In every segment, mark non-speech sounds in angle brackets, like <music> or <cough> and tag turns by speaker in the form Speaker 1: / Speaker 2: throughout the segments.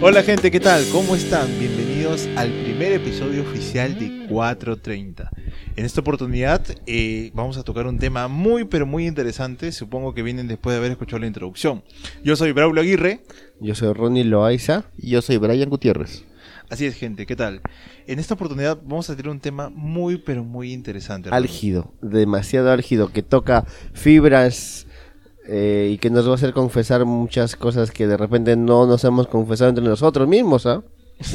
Speaker 1: Hola gente, ¿qué tal? ¿Cómo están? Bienvenidos al primer episodio oficial de 430. En esta oportunidad eh, vamos a tocar un tema muy pero muy interesante, supongo que vienen después de haber escuchado la introducción. Yo soy Braulio Aguirre,
Speaker 2: Yo soy Ronnie Loaiza y yo soy Brian Gutiérrez.
Speaker 1: así es gente, ¿qué tal? En esta oportunidad vamos a tener un tema muy pero muy interesante. hermano.
Speaker 2: Álgido, demasiado álgido, que toca fibras eh, y que nos va a hacer confesar muchas cosas que de repente no nos hemos confesado entre nosotros mismos, ¿ah?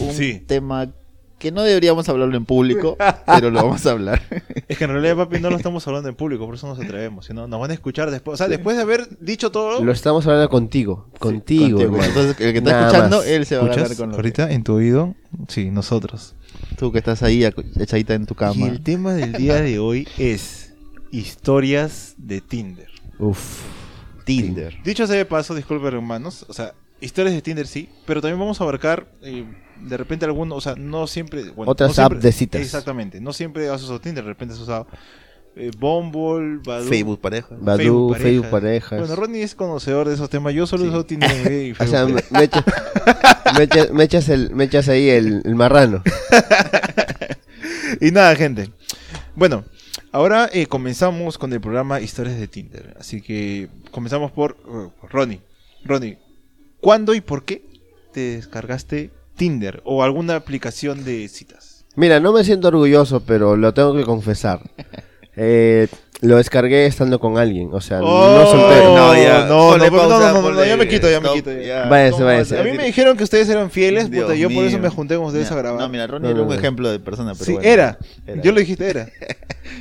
Speaker 3: un
Speaker 1: Sí.
Speaker 3: tema que no deberíamos hablarlo en público, pero lo vamos a hablar.
Speaker 1: Es que en realidad, papi, no lo estamos hablando en público, por eso nos atrevemos, sino nos van a escuchar después. O sea, después de haber dicho todo...
Speaker 2: Lo estamos hablando contigo, contigo.
Speaker 3: Contigo.
Speaker 2: hermano.
Speaker 3: Entonces, el que está
Speaker 2: Nada
Speaker 3: escuchando,
Speaker 2: más.
Speaker 3: él se va a hablar
Speaker 1: ¿Escuchas?
Speaker 3: con lo
Speaker 1: Ahorita en tu oído, sí, nosotros.
Speaker 3: que- Tú que estás ahí acu- echadita en tu
Speaker 1: Y
Speaker 3: cama.
Speaker 1: el tema del día de hoy es historias de Tinder.
Speaker 2: Uf.
Speaker 3: Tinder.
Speaker 1: Dicho sea de paso, disculpen hermanos, o sea, historias de Tinder sí, pero también vamos a abarcar eh, de repente algunos, o sea, no siempre... bueno,
Speaker 2: Otras
Speaker 1: no siempre-
Speaker 2: app de citas.
Speaker 1: Exactamente, no siempre has usado Tinder, de repente has usado eh, Bumble, Badoo,
Speaker 3: Facebook pareja.
Speaker 2: Badu, Facebook parejas.
Speaker 1: Bueno, Ronnie es conocedor de esos temas, yo solo
Speaker 3: Sí.
Speaker 1: uso Tinder en mi <laughs> vida y
Speaker 2: o
Speaker 1: Facebook
Speaker 2: sea, me,
Speaker 1: parejas.
Speaker 2: me echa- <laughs> me echa- me echas el, me echas ahí el, el marrano.
Speaker 1: Y nada, gente. Bueno, ahora eh, comenzamos con el programa Historias de Tinder. Así que comenzamos por eh, por Ronnie. Ronnie, ¿cuándo y por qué te descargaste Tinder o alguna aplicación de citas?
Speaker 2: Mira, no me siento orgulloso, pero lo tengo que confesar. Eh, lo descargué estando con alguien, o sea,
Speaker 3: Oh,
Speaker 2: no soltero.
Speaker 3: solté. No,
Speaker 1: No,
Speaker 3: ya.
Speaker 1: no,
Speaker 3: Ponle
Speaker 1: no, no,
Speaker 3: pausa,
Speaker 1: no, no,
Speaker 3: ponle
Speaker 1: ya me quito, ya me
Speaker 3: stop,
Speaker 1: quito. ya.
Speaker 3: ya.
Speaker 2: Váyase,
Speaker 3: ¿Cómo
Speaker 2: váyase.
Speaker 3: vas
Speaker 1: A mí me dijeron que ustedes eran fieles,
Speaker 3: Dios
Speaker 1: puta, yo por eso
Speaker 3: mío.
Speaker 1: me junté con ustedes
Speaker 3: Mira,
Speaker 1: a grabar.
Speaker 3: No, mira, Ronnie
Speaker 2: No,
Speaker 3: era
Speaker 2: no,
Speaker 3: un
Speaker 2: no.
Speaker 3: ejemplo de persona, pero
Speaker 1: sí,
Speaker 3: bueno.
Speaker 1: era.
Speaker 3: Era.
Speaker 1: Yo lo dijiste,
Speaker 2: <laughs>
Speaker 1: era.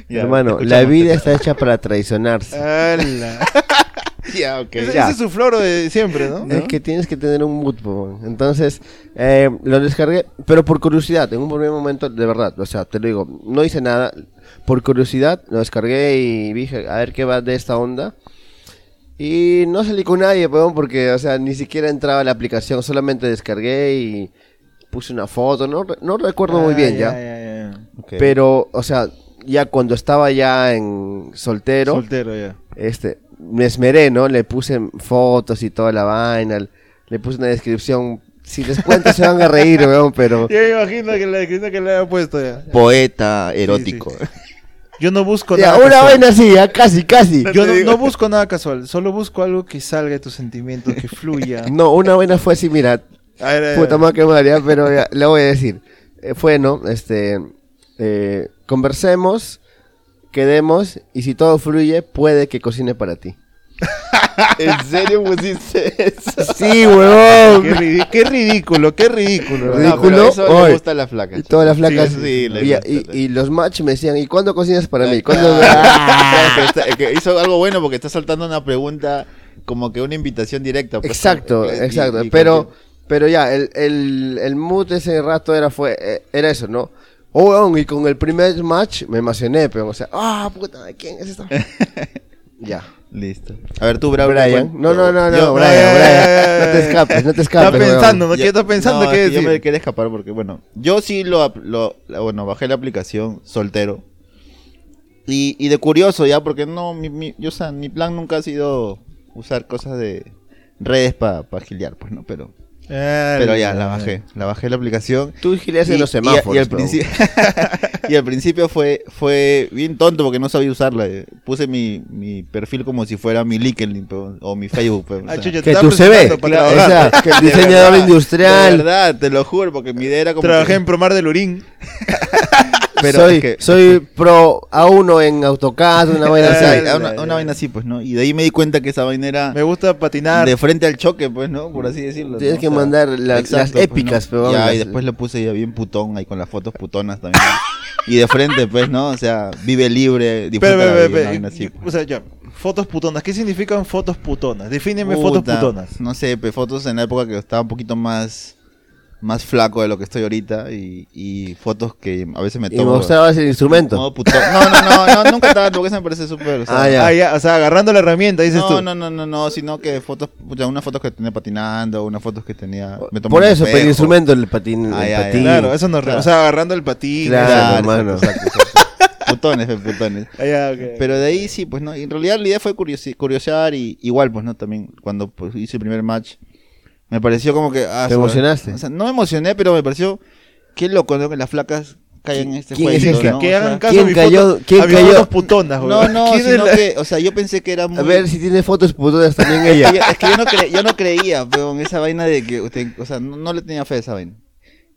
Speaker 3: Ya,
Speaker 2: Hermano,
Speaker 3: te
Speaker 2: la
Speaker 3: escuchamos,
Speaker 2: vida
Speaker 3: te
Speaker 2: está hecha para
Speaker 1: Ah,
Speaker 2: traicionarse.
Speaker 1: Ala.
Speaker 2: <laughs>
Speaker 3: escuchamos. Ya, ok.
Speaker 1: Ese,
Speaker 2: ya.
Speaker 1: ese es su floro de siempre, ¿no?
Speaker 2: Es que tienes que tener un mood, po. Entonces, eh, lo descargué, pero por curiosidad, en un primer momento, de verdad, o sea, te lo digo, no hice nada. Por curiosidad, lo descargué y dije, a ver qué va de esta onda. Y no salí con nadie, weón, porque, o sea, ni siquiera entraba a la aplicación, solamente descargué y puse una foto, no, re- no recuerdo muy
Speaker 1: Ah,
Speaker 2: bien ya.
Speaker 1: ya, ya.
Speaker 3: Ok.
Speaker 2: Pero, o sea, ya cuando estaba ya en soltero,
Speaker 1: Soltero, ya.
Speaker 2: este, me esmeré, ¿no? Le puse fotos y toda la vaina, le puse una descripción. Si les cuento se van a reír, weón, pero...
Speaker 1: Yo me imagino que la descripción que le había puesto ya.
Speaker 3: Poeta erótico.
Speaker 1: Yo no busco
Speaker 2: Ya,
Speaker 1: nada
Speaker 2: una
Speaker 1: casual.
Speaker 2: vaina así, ya casi, casi.
Speaker 1: Yo no, no busco nada casual, solo busco algo que salga de tus sentimientos, que <laughs> fluya.
Speaker 2: No, una vaina fue así, mira,
Speaker 1: A ver, a ver.
Speaker 2: puta madre que maría, pero ya, le voy a decir. Eh, fue, ¿no? Este, eh, conversemos, quedemos, y si todo fluye, puede que cocine para ti.
Speaker 3: ¿En serio pusiste eso?
Speaker 2: Sí, weón.
Speaker 1: Qué, ridi- qué ridículo, qué ridículo.
Speaker 3: <laughs>
Speaker 1: ¿verdad?
Speaker 2: Ridículo.
Speaker 3: No, pero eso
Speaker 2: Oye.
Speaker 3: le gusta a la flaca.
Speaker 2: Y todas las flacas.
Speaker 3: Sí, sí, le
Speaker 2: y,
Speaker 3: gusta,
Speaker 2: y-
Speaker 3: le
Speaker 2: y los match me decían, ¿y cuándo cocinas para mí?
Speaker 3: <laughs>
Speaker 2: ¿Cuándo me-
Speaker 3: Ah, Eh, pero está- es que hizo algo bueno porque está saltando una pregunta como que una invitación directa. pues.
Speaker 2: exacto,
Speaker 3: Y- y-
Speaker 2: exacto.
Speaker 3: y
Speaker 2: pero, pero ya, el, el, el mood ese rato era, fue, eh, era eso, ¿no? Oh, weón, y con el primer match me emocioné, pero o sea, ah, puta, ¿quién es
Speaker 3: <laughs>
Speaker 2: esta? ya.
Speaker 3: Listo. A ver, tú, Bra-
Speaker 2: Brian.
Speaker 3: Brian.
Speaker 2: No, no, no, no,
Speaker 3: Yo-
Speaker 2: Brian,
Speaker 1: no,
Speaker 2: Brian.
Speaker 1: eh,
Speaker 2: No te escapes, no te escapes.
Speaker 1: Está
Speaker 2: weón.
Speaker 1: pensando, ¿no?
Speaker 3: Ya-
Speaker 1: ¿Qué está pensando?
Speaker 3: no,
Speaker 1: ¿Qué
Speaker 3: es que Yo me
Speaker 1: decir?
Speaker 3: quería escapar porque, bueno, yo sí lo, ap- lo- la- bueno, bajé la aplicación soltero. Y, y de curioso ya, porque no, mi, mi- yo, o sea, mi plan nunca ha sido usar cosas de redes para giliar, pues, ¿no? Pero,
Speaker 1: Ah,
Speaker 3: pero ya, la bajé. La bajé la aplicación.
Speaker 2: Tú gileas en los semáforos.
Speaker 3: Y, al,
Speaker 2: bro.
Speaker 3: principio,
Speaker 2: <laughs>
Speaker 3: <laughs> y al principio fue, fue bien tonto porque no sabía usarla. eh. Puse mi, mi perfil como si fuera mi LinkedIn pe, o mi Facebook. pe, o
Speaker 1: Ah,
Speaker 3: sea.
Speaker 1: chucha, te
Speaker 2: Que
Speaker 1: está
Speaker 2: tú se ve.
Speaker 1: presentando
Speaker 3: <laughs>
Speaker 1: para
Speaker 2: claro,
Speaker 1: trabajar.
Speaker 2: o sea, que <laughs> el diseñador
Speaker 3: De
Speaker 2: <laughs> industrial.
Speaker 3: verdad, te lo juro, porque mi idea era como.
Speaker 1: Trabajé
Speaker 3: que-
Speaker 1: en Promar del Urín.
Speaker 3: pero
Speaker 2: soy,
Speaker 3: es que-
Speaker 2: soy <laughs> pro A1 en AutoCAD, una vaina
Speaker 3: o
Speaker 2: así.
Speaker 3: sea,
Speaker 1: Ala,
Speaker 3: una,
Speaker 1: ya.
Speaker 3: una vaina así, pues, ¿no? Y de ahí me di cuenta que esa vaina era
Speaker 1: Me gusta patinar.
Speaker 3: de frente al choque, pues, ¿no? Por así decirlo.
Speaker 2: Tienes
Speaker 3: ¿no?
Speaker 2: que mandar la- las
Speaker 3: pues,
Speaker 2: épicas,
Speaker 3: ¿no?
Speaker 2: pero
Speaker 3: Ya,
Speaker 2: las-
Speaker 3: y después le puse ya bien putón ahí con las fotos putonas también. y de frente, pues, ¿no? O sea, vive libre, disfruta
Speaker 1: Espera,
Speaker 3: la
Speaker 1: espera,
Speaker 3: vida, una
Speaker 1: espera.
Speaker 3: vaina así, pues.
Speaker 1: O sea, ya. Fotos putonas. ¿Qué significan fotos putonas? Defíneme fotos
Speaker 3: Puta,
Speaker 1: putonas.
Speaker 3: No sé, pe, fotos en la época que estaba un poquito más más flaco de lo que estoy ahorita y, y fotos que a veces me
Speaker 2: Y me
Speaker 3: tomo.
Speaker 2: mostrabas el instrumento.
Speaker 3: modo putón. No, no, no, no, nunca estaba, porque eso me parece súper. o sea,
Speaker 2: Ah, ya.
Speaker 1: Ah, ya, o sea, agarrando la herramienta, dices tú.
Speaker 3: no, no, no, no, no, sino que fotos, pucha, unas fotos que tenía patinando, unas fotos que tenía. me tomaba
Speaker 2: Por
Speaker 3: un
Speaker 2: eso, pero el
Speaker 3: espejo.
Speaker 2: instrumento, el patín. el
Speaker 3: Ay, ay, ay.
Speaker 2: patín.
Speaker 1: Claro, eso no.
Speaker 3: Claro.
Speaker 1: O sea, agarrando el patín.
Speaker 2: Claro. hermano.
Speaker 3: exacto, exacto. Putones, pe, putones.
Speaker 1: Ah, ya, ok.
Speaker 3: Pero de ahí sí, pues no. En realidad la idea fue curiosi- curiosear y igual, pues no, también cuando pues, hice el primer match, Me pareció como que.
Speaker 2: ¿Te
Speaker 3: ah, o sea,
Speaker 2: emocionaste?
Speaker 3: o sea, no me emocioné, pero me pareció. Qué loco, ¿no? Que las flacas caigan en este
Speaker 2: quién
Speaker 3: juego.
Speaker 2: es el que-
Speaker 3: ¿no?
Speaker 1: que
Speaker 3: O
Speaker 1: hagan
Speaker 3: sea,
Speaker 1: caso
Speaker 2: ¿quién
Speaker 1: a mi
Speaker 2: cayó?
Speaker 1: foto.
Speaker 2: ¿quién
Speaker 1: a mi
Speaker 2: cayó?
Speaker 1: foto putonas,
Speaker 3: No,
Speaker 1: weón.
Speaker 3: no,
Speaker 1: ¿Quién es
Speaker 3: sino
Speaker 1: la-
Speaker 3: que. O sea, yo pensé que era muy.
Speaker 2: A ver si tiene fotos putonas también ella.
Speaker 1: <laughs>
Speaker 3: Es que <laughs> yo no, cre- yo no creía, pero en esa vaina de que. usted- o sea, no, no le tenía fe a esa vaina.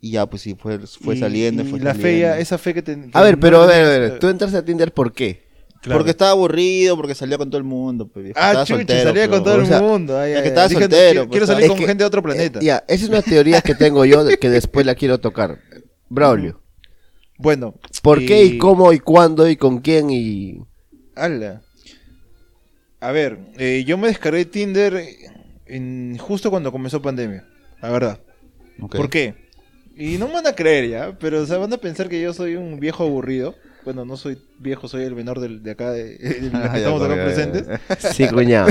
Speaker 3: Y ya, pues sí, fue, <laughs> fue
Speaker 1: Y-
Speaker 3: saliendo,
Speaker 1: y
Speaker 3: fue
Speaker 1: la
Speaker 3: saliendo.
Speaker 1: fe, ya- esa fe que ten- que
Speaker 2: A ver, pero
Speaker 1: no
Speaker 2: a ver, a
Speaker 1: tenías, <laughs>
Speaker 2: ver, tú entraste a Tinder ¿por qué?
Speaker 1: claro.
Speaker 3: Porque estaba aburrido, porque salía con todo el mundo. Pues, viejo.
Speaker 1: Ah,
Speaker 3: Estaba
Speaker 1: chucha,
Speaker 3: soltero,
Speaker 1: salía
Speaker 3: pues,
Speaker 1: con todo
Speaker 3: o
Speaker 1: el
Speaker 3: sea,
Speaker 1: mundo. ay,
Speaker 3: es
Speaker 1: ay,
Speaker 3: que
Speaker 1: ay.
Speaker 3: estaba
Speaker 1: Dije,
Speaker 3: soltero,
Speaker 1: Quiero,
Speaker 3: pues,
Speaker 1: quiero
Speaker 3: estaba-
Speaker 1: salir
Speaker 2: Es
Speaker 1: con
Speaker 2: que-
Speaker 1: gente de otro
Speaker 2: Eh,
Speaker 1: planeta.
Speaker 2: ya, esa es una teoría que tengo yo de- que después la quiero tocar. Braulio,
Speaker 1: Bueno. eh,
Speaker 2: ¿por qué y cómo y cuándo y con quién y
Speaker 1: Ala. A ver, eh, yo me descargué Tinder eh, en- justo cuando comenzó pandemia, la verdad.
Speaker 3: ok.
Speaker 1: ¿Por qué? Y no me van a creer ya, pero o sea, van a pensar que yo soy un viejo aburrido. Bueno, no soy viejo, soy el menor del, de acá, de, <laughs> de los
Speaker 3: Ah,
Speaker 1: que
Speaker 3: <laughs> ya, eh.
Speaker 1: estamos acá
Speaker 3: ya, ya, ya.
Speaker 1: presentes.
Speaker 2: sí,
Speaker 1: <laughs>
Speaker 2: cuñado?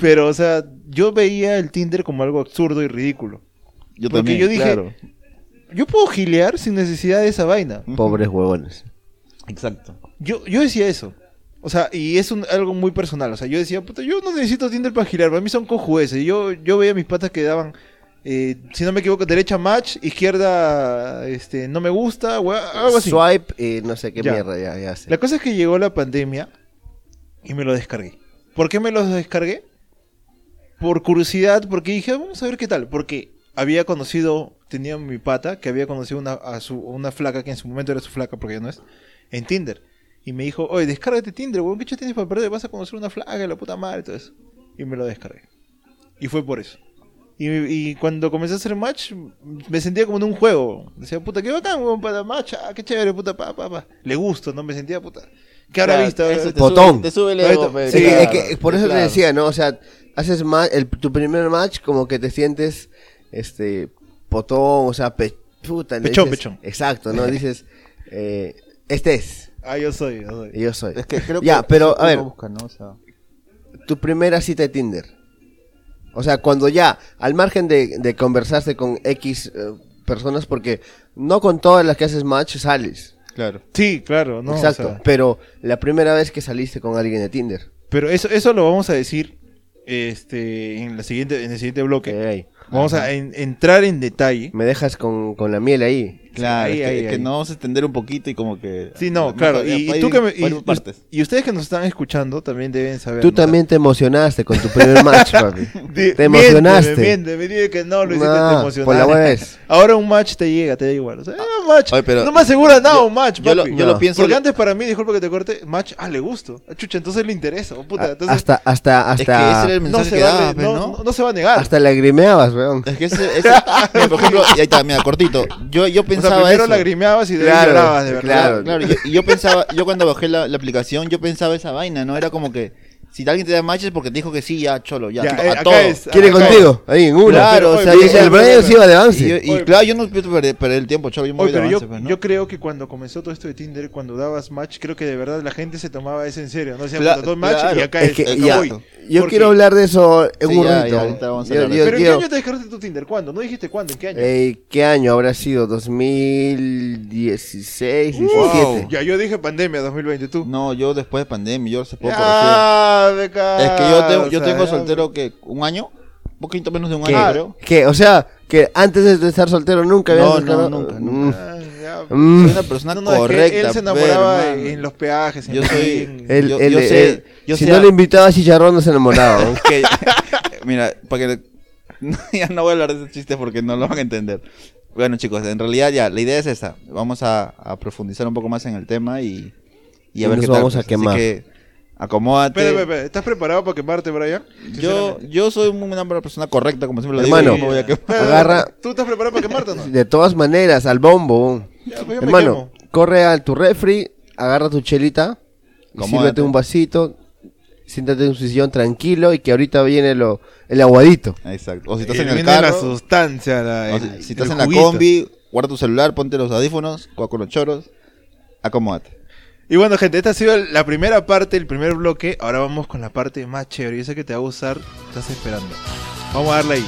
Speaker 1: Pero, o sea, yo veía el Tinder como algo absurdo y ridículo. Porque
Speaker 3: Yo
Speaker 1: <laughs>
Speaker 3: también,
Speaker 1: yo dije-
Speaker 3: claro.
Speaker 1: Yo puedo gilear sin necesidad de esa vaina.
Speaker 2: Pobres huevones.
Speaker 3: Exacto.
Speaker 1: Yo, yo decía eso. O sea, y es un- algo muy personal. O sea, yo decía, puta, yo no necesito Tinder para girar. Para mí son cojueces. Y Yo, yo veía mis patas que daban, eh, si no me equivoco, derecha match, izquierda este, no me gusta, hua- algo así.
Speaker 2: Swipe y no sé qué
Speaker 1: Ya.
Speaker 2: mierda ya, ya sé.
Speaker 1: La cosa es que llegó la pandemia y me lo descargué. ¿Por qué me lo descargué? Por curiosidad, porque dije, vamos a ver qué tal. Porque había conocido, tenía mi pata, que había conocido una, a su, una flaca, que en su momento era su flaca, porque ya no es, en Tinder. Y me dijo, oye, descárgate Tinder, weón, ¿qué chucha tienes para perder? Vas a conocer una flaca, la puta madre, y todo eso. Y me lo descargué. Y fue por eso. Y, y cuando comencé a hacer match, me sentía como en un juego. Decía, puta, qué bacán, weón, para match, ah, qué chévere, puta, pa, pa, pa. Le gusto, ¿no? Me sentía, puta, ¿qué habrá visto?
Speaker 3: Eso te
Speaker 2: Potón.
Speaker 3: sube- Te sube el
Speaker 1: Ahorita-
Speaker 3: ego, pe,
Speaker 1: Sí,
Speaker 2: Es que- es que- eh,
Speaker 3: claro,
Speaker 2: por eso
Speaker 3: claro.
Speaker 2: te decía, ¿no? O sea, haces ma- el- tu primer match como que te sientes, este, potón, o sea, pe- puta, le
Speaker 1: Pechón,
Speaker 2: dices-
Speaker 1: pechón.
Speaker 2: Exacto, ¿no? Dices, eh, este es,
Speaker 1: Ah, yo soy, yo soy.
Speaker 2: y yo soy.
Speaker 3: Es que creo que
Speaker 2: Ya, pero,
Speaker 3: eso
Speaker 2: a ver.
Speaker 3: uno busca, ¿no? O sea,
Speaker 2: Tu primera cita de Tinder. O sea, cuando ya, al margen de, de conversarse con X eh, personas, porque no con todas las que haces match sales.
Speaker 3: claro.
Speaker 1: Sí, claro, no. o
Speaker 2: Exacto,
Speaker 1: sea,
Speaker 2: pero la primera vez que saliste con alguien de Tinder.
Speaker 1: pero eso, eso lo vamos a decir este, en, la siguiente, en el siguiente bloque.
Speaker 3: Eh,
Speaker 2: Ey,
Speaker 1: vamos a en- entrar en detalle.
Speaker 2: me dejas con, con la miel ahí.
Speaker 3: Claro,
Speaker 1: ahí,
Speaker 3: es que,
Speaker 1: ahí,
Speaker 3: es que
Speaker 1: ahí.
Speaker 3: no vamos a extender un poquito y como que...
Speaker 1: Sí, no,
Speaker 3: Mejor,
Speaker 1: claro.
Speaker 3: ya,
Speaker 1: Y,
Speaker 3: para
Speaker 1: y tú
Speaker 3: ir-
Speaker 1: que me-
Speaker 3: para ir
Speaker 1: y-
Speaker 3: por partes.
Speaker 1: y ustedes que nos están escuchando también deben saber.
Speaker 2: Tú
Speaker 1: ¿no?
Speaker 2: también te emocionaste con tu primer match,
Speaker 1: <laughs>
Speaker 2: papi.
Speaker 1: Di-
Speaker 2: Te emocionaste.
Speaker 1: Miénteme, miénteme, me que no, lo hiciste, te
Speaker 2: No,
Speaker 1: emocionaste.
Speaker 2: por la vez.
Speaker 1: Ahora un match te llega, te da igual. O sea, ah, un match.
Speaker 3: Oye, pero-
Speaker 1: no me asegura nada
Speaker 3: yo-
Speaker 1: un match,
Speaker 3: yo lo-
Speaker 1: papi.
Speaker 2: yo lo
Speaker 1: No.
Speaker 3: pienso-
Speaker 1: Porque antes para mí, disculpa que te corte, match, ah, le gusto. Ah, Chucha, entonces le interesa. oh, puta,
Speaker 2: A-
Speaker 1: entonces
Speaker 2: Ah, hasta, hasta,
Speaker 3: Es que ese era
Speaker 2: hasta,
Speaker 3: el
Speaker 1: no
Speaker 3: mensaje
Speaker 1: se,
Speaker 3: que
Speaker 1: va, a
Speaker 3: daba,
Speaker 1: ne-
Speaker 3: pe,
Speaker 1: no,
Speaker 3: ¿no?
Speaker 1: no- no se va a negar.
Speaker 2: hasta lagrimeabas, weón.
Speaker 3: Es que
Speaker 1: <laughs>
Speaker 3: ese... <laughs> ese- mira, por ejemplo, y ahí está, mira, cortito. Yo, yo
Speaker 1: O sea,
Speaker 3: pensaba
Speaker 1: primero
Speaker 3: eso.
Speaker 1: lagrimeabas y de ahí
Speaker 2: Claro,
Speaker 1: llorabas, de verdad.
Speaker 2: claro.
Speaker 3: Claro, claro, y yo, y yo pensaba, yo cuando bajé la, la aplicación, yo pensaba esa vaina, ¿no? Era como que, si alguien te da matches porque te dijo que sí, ya, cholo, ya,
Speaker 1: Ya,
Speaker 3: tipo,
Speaker 1: eh,
Speaker 3: a
Speaker 1: acá
Speaker 3: todo.
Speaker 1: es-
Speaker 2: ¿Quiere
Speaker 1: acá
Speaker 2: contigo? Ahí en una.
Speaker 3: Claro,
Speaker 2: Pero,
Speaker 3: o
Speaker 2: o sea,
Speaker 3: sea, oye,
Speaker 2: el Brian se iba de avance.
Speaker 3: Y, yo- y
Speaker 1: Oye.
Speaker 3: claro, yo no pienso perder, perder el tiempo, cholo, yo me voy
Speaker 1: Oye,
Speaker 3: de
Speaker 1: pero
Speaker 3: avance,
Speaker 1: yo,
Speaker 3: pues, ¿no?
Speaker 1: yo creo que cuando comenzó todo esto de Tinder, cuando dabas match, creo que de verdad la gente se tomaba eso en serio. No decía,
Speaker 3: Cla-
Speaker 1: puta, doy match
Speaker 3: claro.
Speaker 1: y acá
Speaker 2: Es
Speaker 1: es,
Speaker 2: que,
Speaker 1: acá
Speaker 2: ya,
Speaker 1: voy.
Speaker 2: yo
Speaker 1: Porque-
Speaker 2: quiero hablar de eso en
Speaker 3: Sí,
Speaker 2: un
Speaker 3: ya,
Speaker 2: ratito.
Speaker 3: ya, ahorita vamos
Speaker 2: Yo-
Speaker 3: a hablar de
Speaker 2: yo
Speaker 1: Pero
Speaker 3: eso.
Speaker 1: ¿en qué
Speaker 2: quiero-
Speaker 1: año te descargaste tu Tinder? ¿Cuándo? No dijiste cuándo, ¿en qué año?
Speaker 2: eh, ¿Qué año habrá sido? ¿2016?
Speaker 3: Wow.
Speaker 2: 17.
Speaker 1: Ya, yo dije pandemia 2020, tú.
Speaker 3: No, yo después de pandemia, yo hace poco
Speaker 1: Ah, beca.
Speaker 3: recién. Es que yo tengo, yo
Speaker 1: O sea,
Speaker 3: tengo
Speaker 1: ya,
Speaker 3: soltero que un año, un poquito menos de un
Speaker 2: ¿Qué?
Speaker 3: año, creo.
Speaker 2: ¿Qué? O sea, que antes de estar soltero nunca habías
Speaker 3: No, no,
Speaker 2: descargado-
Speaker 3: nunca,
Speaker 2: Mm.
Speaker 1: ah, ya.
Speaker 2: Mm.
Speaker 3: Soy una persona
Speaker 1: No, no, es que
Speaker 3: correcta.
Speaker 1: él se
Speaker 3: pero,
Speaker 1: enamoraba
Speaker 3: hermano.
Speaker 1: en, en los peajes. en
Speaker 3: Yo
Speaker 1: el
Speaker 3: soy-
Speaker 1: parking.
Speaker 2: El-
Speaker 3: Yo-
Speaker 2: el-
Speaker 3: yo sé-
Speaker 2: el-
Speaker 3: yo
Speaker 2: si
Speaker 3: sé-
Speaker 2: no le invitaba a chicharrón, no se enamoraba.
Speaker 3: <laughs>
Speaker 2: ¿no?
Speaker 3: Es que- mira, para que ya no <laughs> voy a hablar de esos chistes porque no lo van a entender. Bueno, chicos, en realidad ya, la idea es esta. Vamos a, a profundizar un poco más en el tema y, y a
Speaker 2: Y
Speaker 3: ver
Speaker 2: nos
Speaker 3: qué tal,
Speaker 2: vamos a
Speaker 3: pues. Así
Speaker 2: quemar.
Speaker 3: que acomódate.
Speaker 1: Espera, espera, espera, ¿Estás preparado para quemarte, Brian?
Speaker 3: Yo, yo soy una persona correcta, como siempre lo
Speaker 2: Hermano,
Speaker 3: digo. y no me voy a quemar.
Speaker 1: Espera,
Speaker 2: agarra-
Speaker 1: ¿Tú estás preparado para quemarte o no?
Speaker 2: De todas maneras, al bombo. ¿no?
Speaker 1: Ya, pues yo me
Speaker 2: Hermano,
Speaker 1: quemo.
Speaker 2: corre a tu refri, agarra tu chelita, y
Speaker 3: Acomódate.
Speaker 2: sírvete un vasito, siéntate en un sillón tranquilo y que ahorita viene lo, el aguadito.
Speaker 3: Exacto. O si estás
Speaker 1: Y
Speaker 3: en el
Speaker 1: viene Eh, la
Speaker 3: carro,
Speaker 1: sustancia, la-
Speaker 3: o
Speaker 1: el-
Speaker 3: si, si estás
Speaker 1: el
Speaker 3: en la
Speaker 1: juguito.
Speaker 3: combi, guarda tu celular, ponte los audífonos, juega con los choros, acomódate.
Speaker 1: Y bueno, gente, esta ha sido la primera parte, el primer bloque. Ahora vamos con la parte más chévere. Yo sé que te va a gustar, estás esperando. Vamos a darle ahí.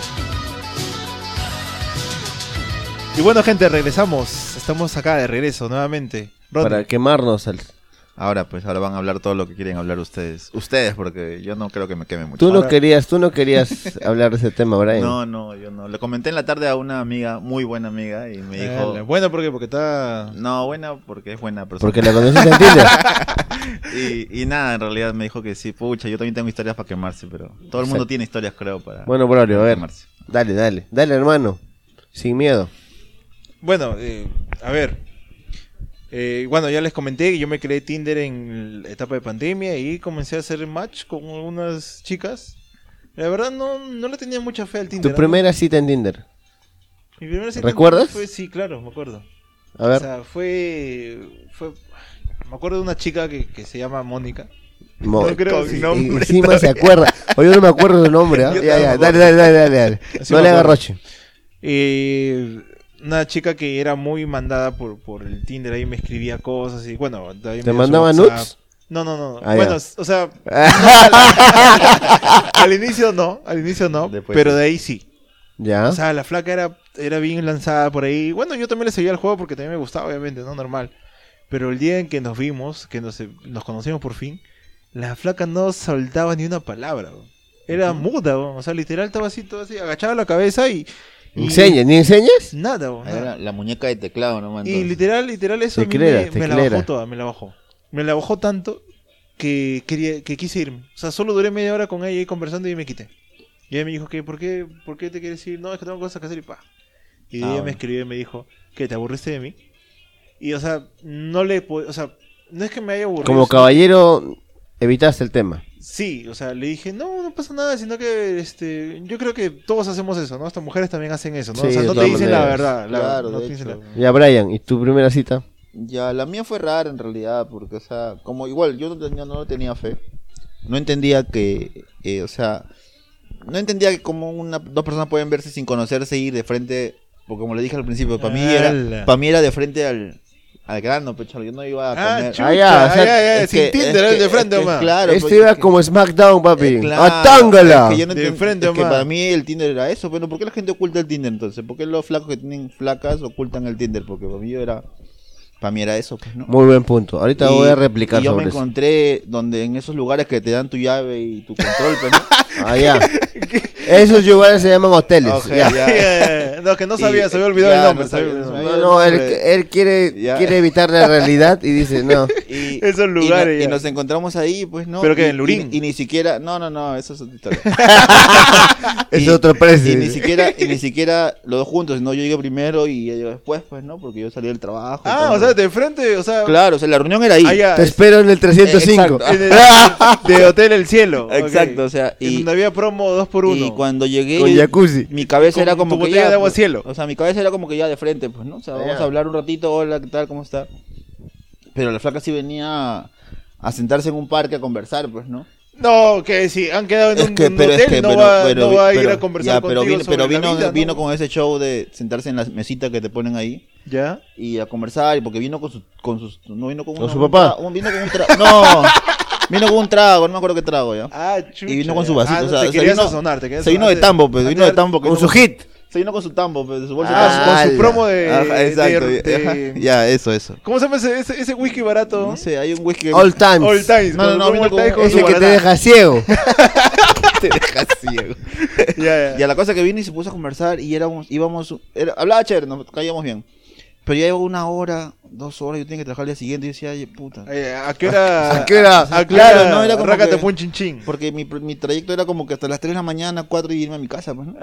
Speaker 1: Y bueno, gente, regresamos. Estamos acá de regreso nuevamente. Ronnie,
Speaker 2: Para quemarnos al...
Speaker 3: Ahora, pues, ahora van a hablar todo lo que quieren hablar ustedes. Ustedes, porque yo no creo que me queme mucho.
Speaker 2: Tú no
Speaker 1: Ahora-
Speaker 2: querías, tú no querías <laughs> hablar de ese tema, Brian.
Speaker 3: No, no, yo no. Le comenté en la tarde a una amiga, muy buena amiga, y me
Speaker 1: Eh,
Speaker 3: dijo...
Speaker 1: Bueno, porque porque está
Speaker 3: No, buena porque es buena persona.
Speaker 2: Porque la conoces en
Speaker 3: <laughs>
Speaker 2: Tinder.
Speaker 3: Y, y nada, en realidad me dijo que sí, pucha, yo también tengo historias para quemarse, pero todo el mundo
Speaker 2: Exacto.
Speaker 3: tiene historias, creo, para
Speaker 2: Bueno, Braulio, a ver.
Speaker 3: quemarse.
Speaker 2: Dale, dale. Dale, hermano. Sin miedo.
Speaker 1: Bueno, eh, a ver. Eh, bueno, ya les comenté que yo me creé Tinder en la etapa de pandemia y comencé a hacer match con unas chicas. La verdad no, no le tenía mucha fe al Tinder.
Speaker 2: Tu
Speaker 1: ¿no?
Speaker 2: primera cita en Tinder.
Speaker 1: Mi primera cita en
Speaker 2: ¿Recuerdas?
Speaker 1: Tinder fue- sí, claro, me acuerdo.
Speaker 2: A ver,
Speaker 1: O sea, fue, fue... Me acuerdo de una chica que, que se llama Mónica.
Speaker 2: mo-
Speaker 1: no creo
Speaker 2: y-
Speaker 1: sin
Speaker 2: y
Speaker 1: nombre
Speaker 2: encima se acuerda. Oye, yo no me acuerdo su nombre. ¿ah?
Speaker 1: Yo
Speaker 2: Ya, ya,
Speaker 1: tampoco.
Speaker 2: dale, dale, dale, dale. dale.
Speaker 1: Así
Speaker 2: No
Speaker 1: me
Speaker 2: le hagas
Speaker 1: acuerdo.
Speaker 2: roche. <laughs>
Speaker 1: Eh, una chica que era muy mandada por, por el Tinder, ahí me escribía cosas y bueno... ahí me dio su
Speaker 2: mandaba
Speaker 1: WhatsApp.
Speaker 2: nudes?
Speaker 1: No, no, no.
Speaker 2: Ah,
Speaker 1: bueno,
Speaker 2: ya.
Speaker 1: s- o sea, al inicio no, al inicio no,
Speaker 3: Después
Speaker 1: pero
Speaker 3: sí. ¿Ah?
Speaker 1: de ahí sí.
Speaker 2: ya.
Speaker 1: O sea, la flaca era, era bien lanzada por ahí. Bueno, yo también le seguía el juego porque también me gustaba, obviamente, ¿no? Normal. Pero el día en que nos vimos, que nos, nos conocimos por fin, la flaca no soltaba ni una palabra. bro. Era muda, bro. o sea, literal estaba así, todo así, agachaba la cabeza y... y
Speaker 2: ¿Enseñas? ¿Ni enseñas?
Speaker 1: Nada, bro, nada.
Speaker 3: Era la muñeca de teclado, ¿no? man?
Speaker 1: Y
Speaker 3: Entonces,
Speaker 1: literal, literal eso a mí me,
Speaker 2: Teclera,
Speaker 1: me la
Speaker 2: teclera.
Speaker 1: bajó toda, me la bajó. Me la bajó tanto que quería, que quise irme. O sea, solo duré media hora con ella ahí conversando y me quité. Y ella me dijo que, ¿por qué, ¿por qué te quieres ir? No, es que tengo cosas que hacer y pa. Y
Speaker 3: Ah,
Speaker 1: ella
Speaker 3: bueno.
Speaker 1: me escribió y me dijo, ¿qué? ¿Te aburriste de mí? Y o sea, no le po- o sea, no es que me haya aburrido.
Speaker 2: Como
Speaker 1: sino-
Speaker 2: caballero, evitaste el tema.
Speaker 1: Sí, o sea, le dije, no, no pasa nada, sino que este, yo creo que todos hacemos eso, ¿no? Estas mujeres también hacen eso, ¿no?
Speaker 2: Sí,
Speaker 1: o sea,
Speaker 2: de
Speaker 1: no te
Speaker 2: todas
Speaker 1: dicen la
Speaker 2: maneras.
Speaker 1: verdad. la-
Speaker 3: Claro,
Speaker 1: no
Speaker 3: de
Speaker 1: te dicen
Speaker 3: hecho.
Speaker 1: la-
Speaker 2: Ya, Brian, ¿y tu primera cita?
Speaker 3: Ya, la mía fue rara en realidad, porque, o sea, como igual, yo no, tenía, no tenía fe. No entendía que, eh, o sea, no entendía que como una, dos personas pueden verse sin conocerse y ir de frente, porque como le dije al principio, para mí
Speaker 1: ¡Hala!
Speaker 3: era, para mí era de frente al, al grano, pecho, yo no iba a
Speaker 1: Ah,
Speaker 3: poner...
Speaker 1: chuta,
Speaker 2: Ah, ya, o sea,
Speaker 1: ah, ya, ya,
Speaker 3: Es
Speaker 1: sin
Speaker 3: que-
Speaker 1: Tinder, es
Speaker 3: es
Speaker 1: de
Speaker 3: que-
Speaker 1: frente,
Speaker 3: es que,
Speaker 1: nomás. <laughs>
Speaker 3: Claro,
Speaker 2: este
Speaker 3: pues,
Speaker 2: iba
Speaker 3: es que-
Speaker 2: como SmackDown, papi.
Speaker 3: Eh, claro,
Speaker 2: ¡Atángala!
Speaker 3: es que yo no
Speaker 1: De
Speaker 3: entiendo-
Speaker 1: frente,
Speaker 3: es que
Speaker 1: ma.
Speaker 3: para mí el Tinder era eso, bueno, ¿por qué la gente oculta el Tinder entonces? ¿Por qué los flacos que tienen flacas ocultan el Tinder? Porque para mí yo era para mí era eso, pues, ¿no?
Speaker 2: Muy buen punto. Ahorita voy a
Speaker 3: Y-
Speaker 2: replicar
Speaker 3: y yo
Speaker 2: sobre
Speaker 3: me
Speaker 2: eso.
Speaker 3: encontré donde en esos lugares que te dan tu llave y tu control, pues, ¿no?
Speaker 2: Ah, ya. Esos lugares se llaman hoteles.
Speaker 3: Ok,
Speaker 2: ya.
Speaker 3: ya.
Speaker 1: Yeah, <laughs> No, que no sabía,
Speaker 3: Y-
Speaker 1: se había olvidado
Speaker 3: ya,
Speaker 1: el nombre.
Speaker 3: no
Speaker 1: se había
Speaker 3: sabía,
Speaker 1: olvidado.
Speaker 3: no
Speaker 2: No, no, él, él quiere,
Speaker 3: Ya.
Speaker 2: quiere evitar la realidad y dice, no.
Speaker 3: <laughs> Y,
Speaker 1: Esos
Speaker 3: y no-
Speaker 1: lugares,
Speaker 3: y,
Speaker 1: ya.
Speaker 3: nos encontramos ahí, pues no.
Speaker 1: Pero que
Speaker 3: Y-
Speaker 1: en Lurín.
Speaker 3: Y, y ni siquiera, no, no, no, eso es otra historia.
Speaker 2: Es
Speaker 3: Y-
Speaker 2: otro precio.
Speaker 3: Y ni siquiera, y ni siquiera los dos juntos, no, yo llegué primero y ella llegó después, pues, ¿no? Porque yo salí del trabajo. y
Speaker 1: Ah,
Speaker 3: todo.
Speaker 1: o sea, de frente, o sea.
Speaker 3: Claro, o sea, la reunión era ahí.
Speaker 1: allá,
Speaker 2: Te espero en el 305.
Speaker 3: Exacto.
Speaker 1: en
Speaker 3: <laughs>
Speaker 1: el- de Hotel El Cielo. ok.
Speaker 3: Exacto, o sea, y-
Speaker 1: En donde había promo 2 por 1
Speaker 3: Y cuando llegué,
Speaker 2: Con jacuzzi.
Speaker 3: mi cabeza
Speaker 1: Con
Speaker 3: era
Speaker 1: tu
Speaker 3: como que
Speaker 1: botella
Speaker 3: ya,
Speaker 1: de agua
Speaker 3: pues,
Speaker 1: cielo.
Speaker 3: O sea, mi cabeza era como que ya de frente, pues, ¿no? O sea,
Speaker 2: Ah,
Speaker 3: vamos
Speaker 2: ya.
Speaker 3: a hablar un ratito, hola, ¿qué tal? ¿Cómo está? Pero la flaca sí venía a, a sentarse en un parque a conversar, pues, ¿no?
Speaker 1: No, que si han quedado en
Speaker 3: Es
Speaker 1: un,
Speaker 3: que,
Speaker 1: un
Speaker 3: pero
Speaker 1: hotel,
Speaker 3: es que,
Speaker 1: no,
Speaker 3: pero,
Speaker 1: va,
Speaker 3: pero,
Speaker 1: no va a ir
Speaker 3: pero-
Speaker 1: a conversar
Speaker 3: ya,
Speaker 1: contigo
Speaker 3: pero vino,
Speaker 1: sobre
Speaker 3: pero
Speaker 1: la
Speaker 3: vino,
Speaker 1: vida, ¿no?
Speaker 3: vino con ese show de sentarse en la mesita que te ponen ahí
Speaker 1: ¿Ya?
Speaker 3: y a conversar, y porque vino con su, con sus, no vino con,
Speaker 2: ¿Con
Speaker 3: una-
Speaker 2: su
Speaker 3: un
Speaker 2: papá?
Speaker 3: tra- un- vino con un trago, no, vino con un trago, no me acuerdo qué trago ya.
Speaker 1: Ah,
Speaker 3: Y vino con su vasito,
Speaker 1: Ah, no
Speaker 3: o sea,
Speaker 1: te
Speaker 3: se
Speaker 1: querías
Speaker 3: vino-
Speaker 1: sazonar, te querías
Speaker 3: se vino de
Speaker 1: sazonar.
Speaker 3: tambo, pues,
Speaker 1: Ah,
Speaker 3: vino de
Speaker 1: te-
Speaker 3: tambo.
Speaker 2: Con su hit.
Speaker 3: Se vino con su tambo, pues, de su bolsa. de
Speaker 1: Ah,
Speaker 3: tambo.
Speaker 1: con
Speaker 2: Ah,
Speaker 1: su promo de.
Speaker 3: Ajá,
Speaker 1: de-
Speaker 3: exacto,
Speaker 1: de-
Speaker 3: <laughs> ya, ¿Mm? ya, eso, eso.
Speaker 1: ¿Cómo se llama ese, ese, ese whisky barato?
Speaker 3: No sé, hay un whisky
Speaker 2: All times.
Speaker 1: Old Times.
Speaker 3: No, no,
Speaker 1: con
Speaker 3: no,
Speaker 1: promo
Speaker 3: vino
Speaker 1: Old
Speaker 3: con-
Speaker 1: Times con
Speaker 2: Ese
Speaker 1: su
Speaker 2: que te
Speaker 1: guaraná.
Speaker 2: deja ciego.
Speaker 3: te deja ciego.
Speaker 1: Ya, ya.
Speaker 3: Y a la cosa que vino y se puso a conversar y éramos, íbamos, era- hablaba chévere, nos caíamos bien. Pero ya llevo una hora, dos horas, yo tenía que trabajar al día siguiente y yo decía, ay, puta.
Speaker 1: Eh, ¿A qué hora?
Speaker 2: ¿A qué hora?
Speaker 1: ¿A qué
Speaker 3: Claro,
Speaker 1: hora?
Speaker 3: no, era como
Speaker 1: Rácate
Speaker 3: que-
Speaker 1: fue un chinchín.
Speaker 3: Porque mi, mi trayecto era como que hasta las 3 de la mañana, 4 y irme a mi casa, pues, ¿no?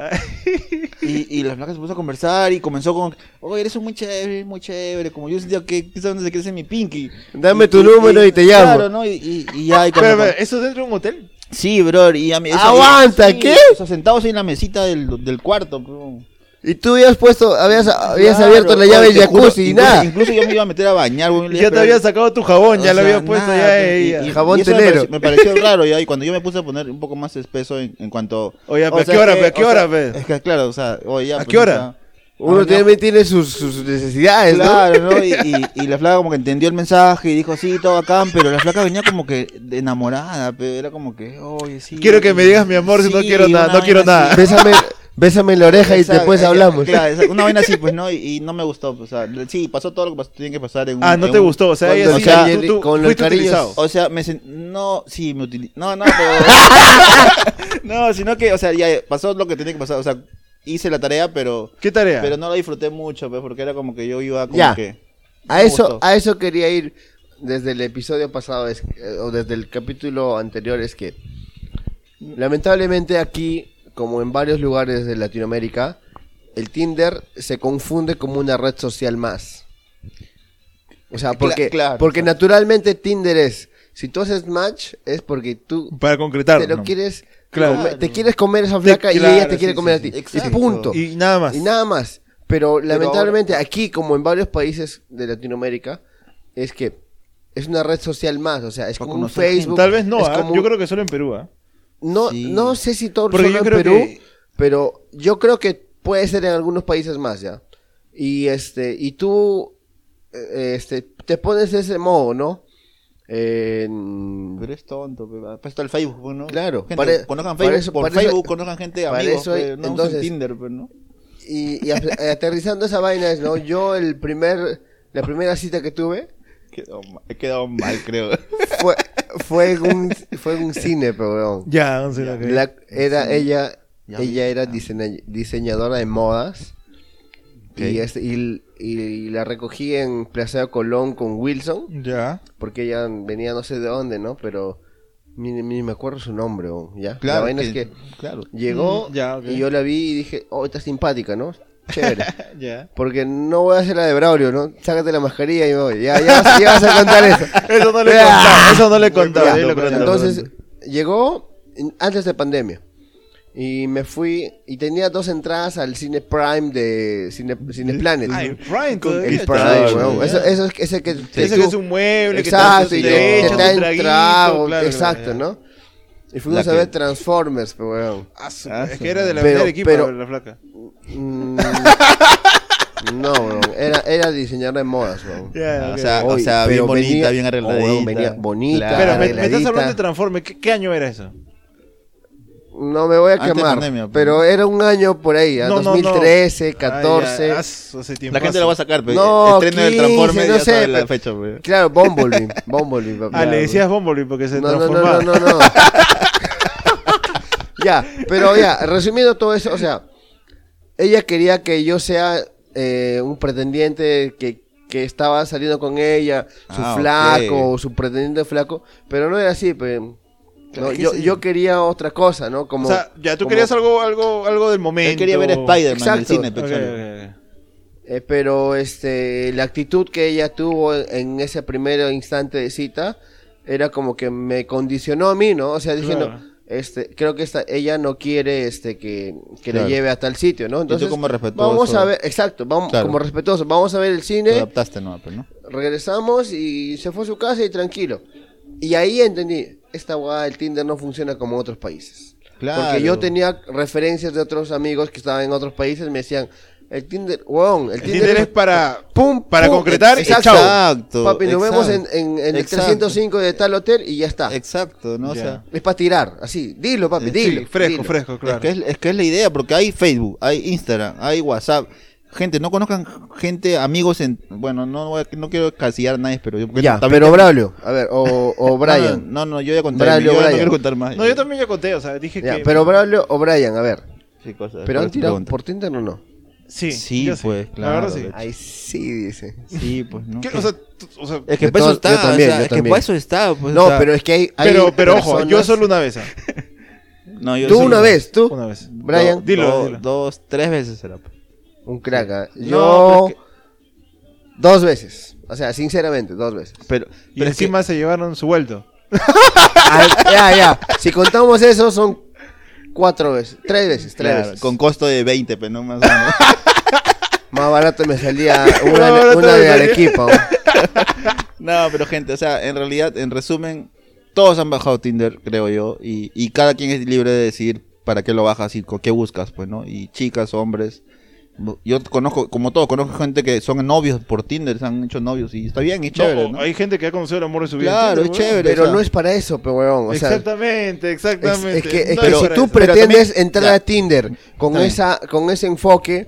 Speaker 3: Y, y la flaca se puso a conversar y comenzó con, oye, eres un muy chévere, muy chévere. Como yo sentía que quizás dónde se crece mi pinky.
Speaker 2: Dame tu número y te llamo.
Speaker 3: Claro, ¿no? Y, y, y ya, y
Speaker 1: Pero,
Speaker 3: cuando-
Speaker 1: pero, ¿Eso dentro de un hotel?
Speaker 3: Sí, bro, y a mí- eso-
Speaker 2: ¡Aguanta!
Speaker 3: sí,
Speaker 2: ¿Qué?
Speaker 3: O sea, sentados ahí en la mesita del, del cuarto, bro.
Speaker 2: Y tú habías puesto, habías, habías
Speaker 3: Claro,
Speaker 2: abierto la llave del
Speaker 3: te juro,
Speaker 2: jacuzzi y
Speaker 3: incluso-
Speaker 2: nada.
Speaker 3: Incluso yo me iba a meter a
Speaker 1: <laughs>
Speaker 3: bañar, güey.
Speaker 1: Ya te había sacado tu jabón, ya lo había puesto ya eh, Ah, ella.
Speaker 2: y- Jabón
Speaker 3: eso me
Speaker 2: telero.
Speaker 3: pareció-
Speaker 1: <laughs>
Speaker 3: Me pareció raro ya, y cuando yo me puse a poner un poco más espeso en, en cuanto...
Speaker 1: Oye,
Speaker 3: o
Speaker 1: ¿pero a
Speaker 3: sea,
Speaker 1: qué hora,
Speaker 3: que-
Speaker 1: pero a qué
Speaker 3: o sea,
Speaker 1: hora, pe?
Speaker 3: Es que claro, o sea, oye, ya,
Speaker 1: ¿A
Speaker 3: pues,
Speaker 1: qué hora?
Speaker 3: o sea,
Speaker 2: Uno
Speaker 3: ah, ya,
Speaker 2: también tiene sus, sus necesidades, ¿no?
Speaker 3: Claro, ¿no? Y,
Speaker 1: <laughs>
Speaker 3: y- y la flaca como que entendió el mensaje y dijo, sí, todo acá, pero la flaca venía como que de enamorada, pero era como que, oye, sí.
Speaker 1: Quiero que me digas, mi amor, si no quiero nada,
Speaker 3: una
Speaker 1: no quiero
Speaker 3: vaina
Speaker 1: nada.
Speaker 3: así.
Speaker 2: Bésame, Bésame la oreja y
Speaker 3: Esa-
Speaker 2: después
Speaker 3: eh,
Speaker 2: hablamos.
Speaker 3: claro, esa- una vaina así, pues no, y, y no me gustó. pues, O sea, sí, pasó todo lo que pas- tiene que pasar en un-
Speaker 1: Ah, no
Speaker 3: en
Speaker 1: te
Speaker 3: un-
Speaker 1: gustó, o sea,
Speaker 3: cuando-
Speaker 1: ella
Speaker 3: o
Speaker 1: sí,
Speaker 3: sea,
Speaker 1: tú- tú
Speaker 2: con los
Speaker 1: fuiste
Speaker 2: cariños.
Speaker 1: utilizado.
Speaker 3: O sea, me sen- No, sí, me utilizó. No, no, pero.
Speaker 1: <laughs>
Speaker 3: no, sino que, o sea, ya pasó lo que tenía que pasar. O sea, hice la tarea, pero.
Speaker 1: ¿Qué tarea?
Speaker 3: Pero no la disfruté mucho, pues, porque era como que yo iba como
Speaker 2: Ya.
Speaker 3: que.
Speaker 2: A eso,
Speaker 3: gustó.
Speaker 2: a eso quería ir desde el episodio pasado es- eh, o desde el capítulo anterior es que lamentablemente aquí, como en varios lugares de Latinoamérica, el Tinder se confunde como una red social más. O sea,
Speaker 3: Cla-
Speaker 2: porque,
Speaker 3: claro.
Speaker 2: porque naturalmente Tinder es, si tú haces match es porque tú
Speaker 1: Para concretarlo.
Speaker 2: te lo
Speaker 1: ¿no?
Speaker 2: quieres
Speaker 1: Claro.
Speaker 2: comer- te quieres comer esa
Speaker 1: Te-
Speaker 2: flaca y ella
Speaker 1: claro,
Speaker 2: te quiere
Speaker 1: sí,
Speaker 2: comer
Speaker 1: sí,
Speaker 2: a ti.
Speaker 3: exacto.
Speaker 2: Y punto.
Speaker 1: Y nada más.
Speaker 2: Y nada más. Pero, lamentablemente aquí, como en varios países de Latinoamérica, es que es una red social más. O sea, es
Speaker 3: Para
Speaker 2: como un
Speaker 3: conocer gente.
Speaker 2: Facebook.
Speaker 1: Tal vez no,
Speaker 2: es
Speaker 1: ¿ah?
Speaker 2: como-
Speaker 1: yo creo que solo en Perú. ¿ah?
Speaker 2: no,
Speaker 3: Sí.
Speaker 2: no sé si todo
Speaker 1: Porque yo
Speaker 2: solo en
Speaker 1: creo
Speaker 2: Perú,
Speaker 1: que-
Speaker 2: pero yo creo que puede ser en algunos países más ya. Y este, y tú eh, este, te pones ese modo, ¿no? En-
Speaker 3: Pero es tonto, pe, va. pues está el Facebook, pues, ¿no?
Speaker 2: Claro,
Speaker 3: Gente,
Speaker 2: para-
Speaker 3: conozcan
Speaker 2: para
Speaker 3: Facebook,
Speaker 2: eso-
Speaker 3: por
Speaker 2: para eso-
Speaker 3: Facebook conozcan gente,
Speaker 2: para
Speaker 3: amigos,
Speaker 2: eso hay-
Speaker 3: pe, no
Speaker 2: entonces-
Speaker 3: usen Tinder, pues, ¿no?
Speaker 2: Y, y a- <laughs> aterrizando esa vaina es, ¿no? Yo el primer, la primera cita que tuve
Speaker 3: Quedó mal, quedó mal creo.
Speaker 1: <laughs>
Speaker 2: fue, fue en un, fue en un cine, pero weón.
Speaker 1: Ya, no sé lo que-
Speaker 2: La- era ella,
Speaker 3: Ya vi. Ah.
Speaker 2: ella era diseña- diseñadora de modas. Y,
Speaker 3: Ok.
Speaker 2: este- y- y la recogí en Plaza Colón con Wilson,
Speaker 1: Ya.
Speaker 2: porque ella venía no sé de dónde, ¿no? Pero ni, ni me acuerdo su nombre, weón, ¿ya? la
Speaker 3: Claro,
Speaker 2: vaina
Speaker 3: que-
Speaker 2: es que
Speaker 3: claro.
Speaker 2: llegó
Speaker 1: Mm, ya, ok.
Speaker 2: y yo la vi y dije, oh, está simpática, ¿no?
Speaker 3: <laughs>
Speaker 2: Chévere.
Speaker 1: Ya.
Speaker 2: Porque no voy a hacer la de Braulio, ¿no? Sácate la mascarilla y me voy. Ya, ya, vas- ya vas
Speaker 3: <laughs>
Speaker 2: a contar eso.
Speaker 1: Eso
Speaker 2: <laughs>
Speaker 1: no le he
Speaker 2: Ah.
Speaker 1: contado, eso no le he
Speaker 3: Voy
Speaker 1: contado.
Speaker 3: pronto,
Speaker 1: ahí lo
Speaker 3: pronto,
Speaker 1: contamos.
Speaker 2: Entonces, llegó en- antes de pandemia. Y me fui. Y tenía dos entradas al Cine Prime de Cine, Cine Planet.
Speaker 1: Ah, el Prime todavía
Speaker 2: El
Speaker 1: está,
Speaker 2: Prime,
Speaker 3: ya.
Speaker 2: weón. Eso, eso es ese que.
Speaker 1: Ese que es un mueble,
Speaker 2: Exacto,
Speaker 1: que
Speaker 2: y
Speaker 1: te,
Speaker 2: te,
Speaker 1: te echas
Speaker 2: te
Speaker 1: un
Speaker 2: traen
Speaker 1: traguito,
Speaker 2: trago,
Speaker 1: claro,
Speaker 2: exacto,
Speaker 1: ya.
Speaker 2: ¿no? Y fuimos
Speaker 3: La
Speaker 2: a
Speaker 3: que-
Speaker 2: ver Transformers, pero weón.
Speaker 1: Ah, su- es que era de la
Speaker 2: Pero-
Speaker 1: del equipo,
Speaker 2: pero-
Speaker 1: la flaca. <laughs>
Speaker 2: Mm, no, weón. Era, era diseñadora de modas, weón.
Speaker 1: Ya,
Speaker 3: O
Speaker 1: ok.
Speaker 3: sea,
Speaker 2: Oye,
Speaker 3: bien
Speaker 2: pero
Speaker 3: bonita,
Speaker 2: venía-
Speaker 3: bien arregladita.
Speaker 2: oh, weón, venía bonita,
Speaker 1: Pero me, me estás
Speaker 2: arregladita.
Speaker 1: hablando de Transforme. ¿Qué, qué año era eso?
Speaker 2: No me voy a
Speaker 3: Antes de
Speaker 2: quemar,
Speaker 3: pandemia, pues.
Speaker 2: pero era un año por ahí, ¿ah?
Speaker 1: No, no, no.
Speaker 2: 2013, 14.
Speaker 1: Ay, ya, as- hace tiempo.
Speaker 3: La gente
Speaker 1: hace.
Speaker 3: lo va a sacar, pero
Speaker 2: No,
Speaker 3: estreno del
Speaker 2: 15,
Speaker 3: Transformers
Speaker 2: no
Speaker 3: ya sabe
Speaker 2: sé,
Speaker 3: la
Speaker 2: pe-
Speaker 3: fecha, pe.
Speaker 2: Claro, Bumblebee, <laughs> Bumblebee. papi.
Speaker 1: Ah, le decías Bumblebee porque se
Speaker 2: No, no, no,
Speaker 1: transformaba.
Speaker 2: no, no, <laughs> no. ya, pero ya, resumiendo todo eso, o sea, ella quería que yo sea eh, un pretendiente que, que estaba saliendo con ella, su
Speaker 3: Ah,
Speaker 2: flaco,
Speaker 3: ok.
Speaker 2: o su pretendiente flaco, pero no era así, pues.
Speaker 3: Claro, es que
Speaker 2: yo,
Speaker 3: sí.
Speaker 2: yo quería otra cosa, ¿no? Como,
Speaker 1: O sea, ya tú
Speaker 2: como-
Speaker 1: querías algo, algo, algo del momento.
Speaker 3: Él quería ver Spider-Man en el
Speaker 2: Exacto.
Speaker 3: cine,
Speaker 1: Ok,
Speaker 3: pe,
Speaker 1: ok,
Speaker 3: chalo.
Speaker 1: ok.
Speaker 2: Eh, pero este la actitud que ella tuvo en ese primer instante de cita era como que me condicionó a mí, ¿no? O sea, diciendo,
Speaker 1: Claro.
Speaker 2: este, creo que esta, ella no quiere este que, que
Speaker 3: Claro.
Speaker 2: le lleve a tal sitio, ¿no? Entonces,
Speaker 3: como respetuoso.
Speaker 2: vamos a ver, exacto, vamos
Speaker 3: Claro.
Speaker 2: como respetuoso, vamos a ver el
Speaker 3: Te
Speaker 2: cine,
Speaker 3: adaptaste, no, pero no.
Speaker 2: regresamos y se fue a su casa y tranquilo. Y ahí entendí, esta guada del Tinder no funciona como en otros países. Porque yo tenía referencias de otros amigos que estaban en otros países, me decían, el Tinder, weón, el,
Speaker 1: El Tinder es para.
Speaker 2: pum,
Speaker 1: para
Speaker 2: pum,
Speaker 1: concretar y
Speaker 2: exacto.
Speaker 1: chao.
Speaker 3: Exacto.
Speaker 2: Papi, nos
Speaker 3: exacto.
Speaker 2: vemos en, en- en el
Speaker 3: Exacto.
Speaker 2: 305 de tal hotel y ya está.
Speaker 3: Ah, Exacto, ¿no?
Speaker 1: Ya.
Speaker 3: O sea,
Speaker 2: Es para tirar, así. Dilo, papi,
Speaker 3: Sí,
Speaker 2: dilo.
Speaker 1: Eh, Sí, fresco,
Speaker 2: dilo.
Speaker 1: fresco, claro.
Speaker 3: es, que es, es que es la idea, porque hay Facebook, hay Instagram, hay WhatsApp. Gente, no conozcan gente, amigos en... Bueno, no, voy a- no quiero casillar a nadie, pero... yo- porque
Speaker 2: Ya,
Speaker 3: también-
Speaker 2: pero Braulio, a ver, o, o
Speaker 3: No,
Speaker 2: Brian.
Speaker 3: No, no, no, yo ya conté.
Speaker 2: Braulio,
Speaker 3: yo ya
Speaker 2: Brian.
Speaker 3: no quiero contar más.
Speaker 1: No, yo también ya conté, o sea, dije
Speaker 2: Ya,
Speaker 1: que.
Speaker 2: pero Braulio o Brian, a ver.
Speaker 3: Sí, cosas, Pues,
Speaker 2: ¿Pero han
Speaker 3: cosas,
Speaker 2: tirado
Speaker 3: preguntas.
Speaker 2: por Tinder o no?
Speaker 1: Sí,
Speaker 3: Sí,
Speaker 1: yo sí.
Speaker 3: pues,
Speaker 1: La
Speaker 3: claro,
Speaker 1: verdad sí.
Speaker 3: de-
Speaker 2: Ay, sí, dice.
Speaker 3: Sí, pues, ¿no?
Speaker 1: ¿Qué? O sea, tú- o sea,
Speaker 3: Es que
Speaker 2: Yo
Speaker 3: para eso
Speaker 2: to-
Speaker 3: está,
Speaker 2: yo también,
Speaker 3: o sea,
Speaker 2: yo
Speaker 3: es que
Speaker 2: también.
Speaker 3: para eso está. pues, o
Speaker 2: No,
Speaker 3: sea,
Speaker 2: pero es que hay. hay
Speaker 1: pero, pero ojo, yo
Speaker 2: personas-
Speaker 1: solo una vez. ah.
Speaker 3: No, yo
Speaker 2: Tú
Speaker 3: soy-
Speaker 2: una vez, tú.
Speaker 1: Una vez.
Speaker 2: Brian,
Speaker 1: Dilo,
Speaker 3: dos,
Speaker 1: dilo.
Speaker 3: dos, tres veces será. pues.
Speaker 2: un crack. ¿ah?
Speaker 3: No,
Speaker 2: Yo.
Speaker 3: pero es
Speaker 2: Dos veces. O sea, sinceramente, dos veces.
Speaker 3: Pero,
Speaker 1: Y
Speaker 3: pero es que-
Speaker 1: encima se llevaron su vuelto.
Speaker 2: Ay, ya, ya. Si contamos eso, son cuatro veces. Tres veces, tres
Speaker 3: Claro,
Speaker 2: veces.
Speaker 3: con costo de 20, pero no más. o menos.
Speaker 2: Más barato me
Speaker 3: <laughs>
Speaker 2: salía
Speaker 1: Más
Speaker 2: una,
Speaker 1: barato
Speaker 2: una
Speaker 1: me
Speaker 2: de
Speaker 1: salía.
Speaker 2: Arequipa. weón.
Speaker 3: no, pero gente, o sea, en realidad, en resumen, todos han bajado Tinder, creo yo, y, y cada quien es libre de decidir para qué lo bajas y con qué buscas, pues, ¿no? Y chicas, hombres, Yo conozco, como todo, conozco gente que son novios por Tinder, se han hecho novios y está bien, es chévere,
Speaker 1: No,
Speaker 3: ¿no?
Speaker 1: Hay gente que ha conocido el amor de su vida.
Speaker 3: Claro,
Speaker 1: en
Speaker 3: es
Speaker 1: Tinder, weón.
Speaker 3: <laughs> chévere.
Speaker 2: Pero
Speaker 3: o sea.
Speaker 2: no es para eso, pe huevón. O sea,
Speaker 1: Exactamente,
Speaker 2: es,
Speaker 1: exactamente.
Speaker 2: es que, es
Speaker 1: No
Speaker 2: que
Speaker 1: es
Speaker 2: si
Speaker 1: para
Speaker 2: tú <laughs>
Speaker 1: eso.
Speaker 3: pero
Speaker 2: pretendes
Speaker 3: también-
Speaker 2: entrar
Speaker 3: ya.
Speaker 2: a Tinder con,
Speaker 3: También.
Speaker 2: esa, con ese enfoque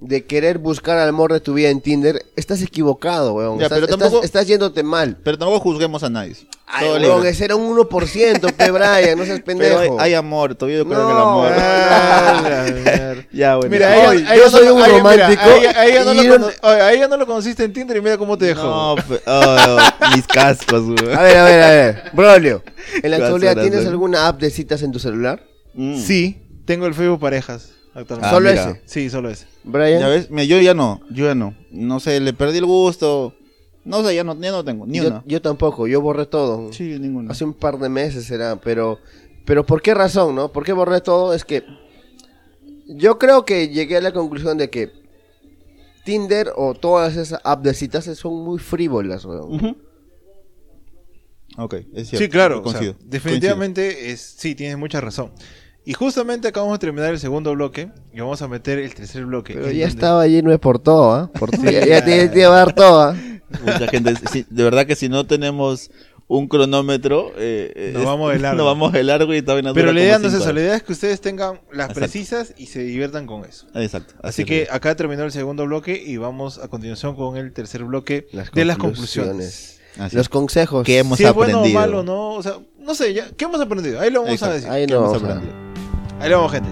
Speaker 2: de querer buscar al amor de tu vida en Tinder, estás equivocado, huevón.
Speaker 3: Ya,
Speaker 2: estás,
Speaker 3: pero
Speaker 2: estás-
Speaker 3: tampoco-
Speaker 2: estás yéndote mal.
Speaker 3: Pero tampoco juzguemos a nadie.
Speaker 2: Ay,
Speaker 3: Todo
Speaker 2: huevón,
Speaker 3: libre.
Speaker 2: ese era un 1%, pe Brian, no seas
Speaker 3: <laughs> Pero
Speaker 2: pendejo.
Speaker 3: hay, hay amor, todavía yo creo en el
Speaker 2: No,
Speaker 3: amor.
Speaker 1: Ah, la mierda.
Speaker 3: ya, bueno.
Speaker 1: Mira,
Speaker 2: Oye,
Speaker 1: a ella, a ella
Speaker 2: yo soy
Speaker 1: no-
Speaker 2: un
Speaker 1: a ella- mira,
Speaker 2: romántico
Speaker 1: a ella- a ella no
Speaker 2: y
Speaker 1: lo
Speaker 2: yo no-
Speaker 1: cono- oye, a ella no lo conociste en Tinder y mira cómo te dejó.
Speaker 3: No, pe- oh,
Speaker 1: <laughs>
Speaker 3: mis cascos, güey.
Speaker 2: A ver, a ver, a ver. Brolio, ¿en la
Speaker 3: Vas a
Speaker 2: actualidad
Speaker 3: ver,
Speaker 2: tienes
Speaker 3: Brolio.
Speaker 2: alguna app de citas en tu celular?
Speaker 3: Mm.
Speaker 1: Sí, tengo el Facebook parejas actualmente.
Speaker 3: Ah,
Speaker 2: Solo
Speaker 3: mira.
Speaker 2: ese.
Speaker 1: Sí, solo ese.
Speaker 2: Brian.
Speaker 3: Ya ves, mira, yo ya no, yo ya no. No sé, le perdí el gusto. No sé, ya no, ya no tengo, ni
Speaker 2: yo,
Speaker 3: una.
Speaker 2: yo tampoco, yo borré todo.
Speaker 3: Sí, ninguna.
Speaker 2: Hace un par de meses será, pero pero ¿por qué razón, no? ¿Por qué borré todo? Es que yo creo que llegué a la conclusión de que Tinder o todas esas apps de citas son muy frívolas, weón.
Speaker 3: Ujú. Ok, es cierto.
Speaker 1: Sí, claro. o sea,
Speaker 3: coincido,
Speaker 1: definitivamente, es, sí, tienes mucha razón. Y justamente acabamos de terminar el segundo bloque y vamos a meter el tercer bloque.
Speaker 2: Pero
Speaker 1: en
Speaker 2: ya
Speaker 1: donde-
Speaker 2: estaba lleno de por todo, ¿ah?
Speaker 3: <laughs>
Speaker 2: Por todo, ya, ya te, te iba a dar todo, ¿ah?
Speaker 3: coincido. Mucha gente, sí, de verdad que si no tenemos un cronómetro, eh, eh,
Speaker 1: Nos vamos de largo.
Speaker 3: <laughs> Nos vamos de largo y también
Speaker 1: Pero la idea no es eso, la idea es que ustedes tengan las
Speaker 3: Exacto.
Speaker 1: precisas y se diviertan con eso.
Speaker 3: Exacto.
Speaker 1: Así
Speaker 3: es.
Speaker 1: que acá terminó el segundo bloque y vamos a continuación con el tercer bloque
Speaker 2: Las
Speaker 1: de las
Speaker 2: conclusiones.
Speaker 1: conclusiones.
Speaker 3: Así
Speaker 2: Los
Speaker 3: es.
Speaker 2: consejos.
Speaker 3: ¿Qué hemos
Speaker 1: Si es bueno o
Speaker 3: aprendido?
Speaker 1: malo, ¿no? O sea, no sé, ya, ¿qué hemos aprendido? Ahí lo vamos
Speaker 3: Exacto.
Speaker 1: a decir.
Speaker 2: Ahí
Speaker 3: ¿Qué
Speaker 2: no,
Speaker 3: hemos
Speaker 2: o sea,
Speaker 3: aprendido?
Speaker 1: Ahí lo vamos, gente.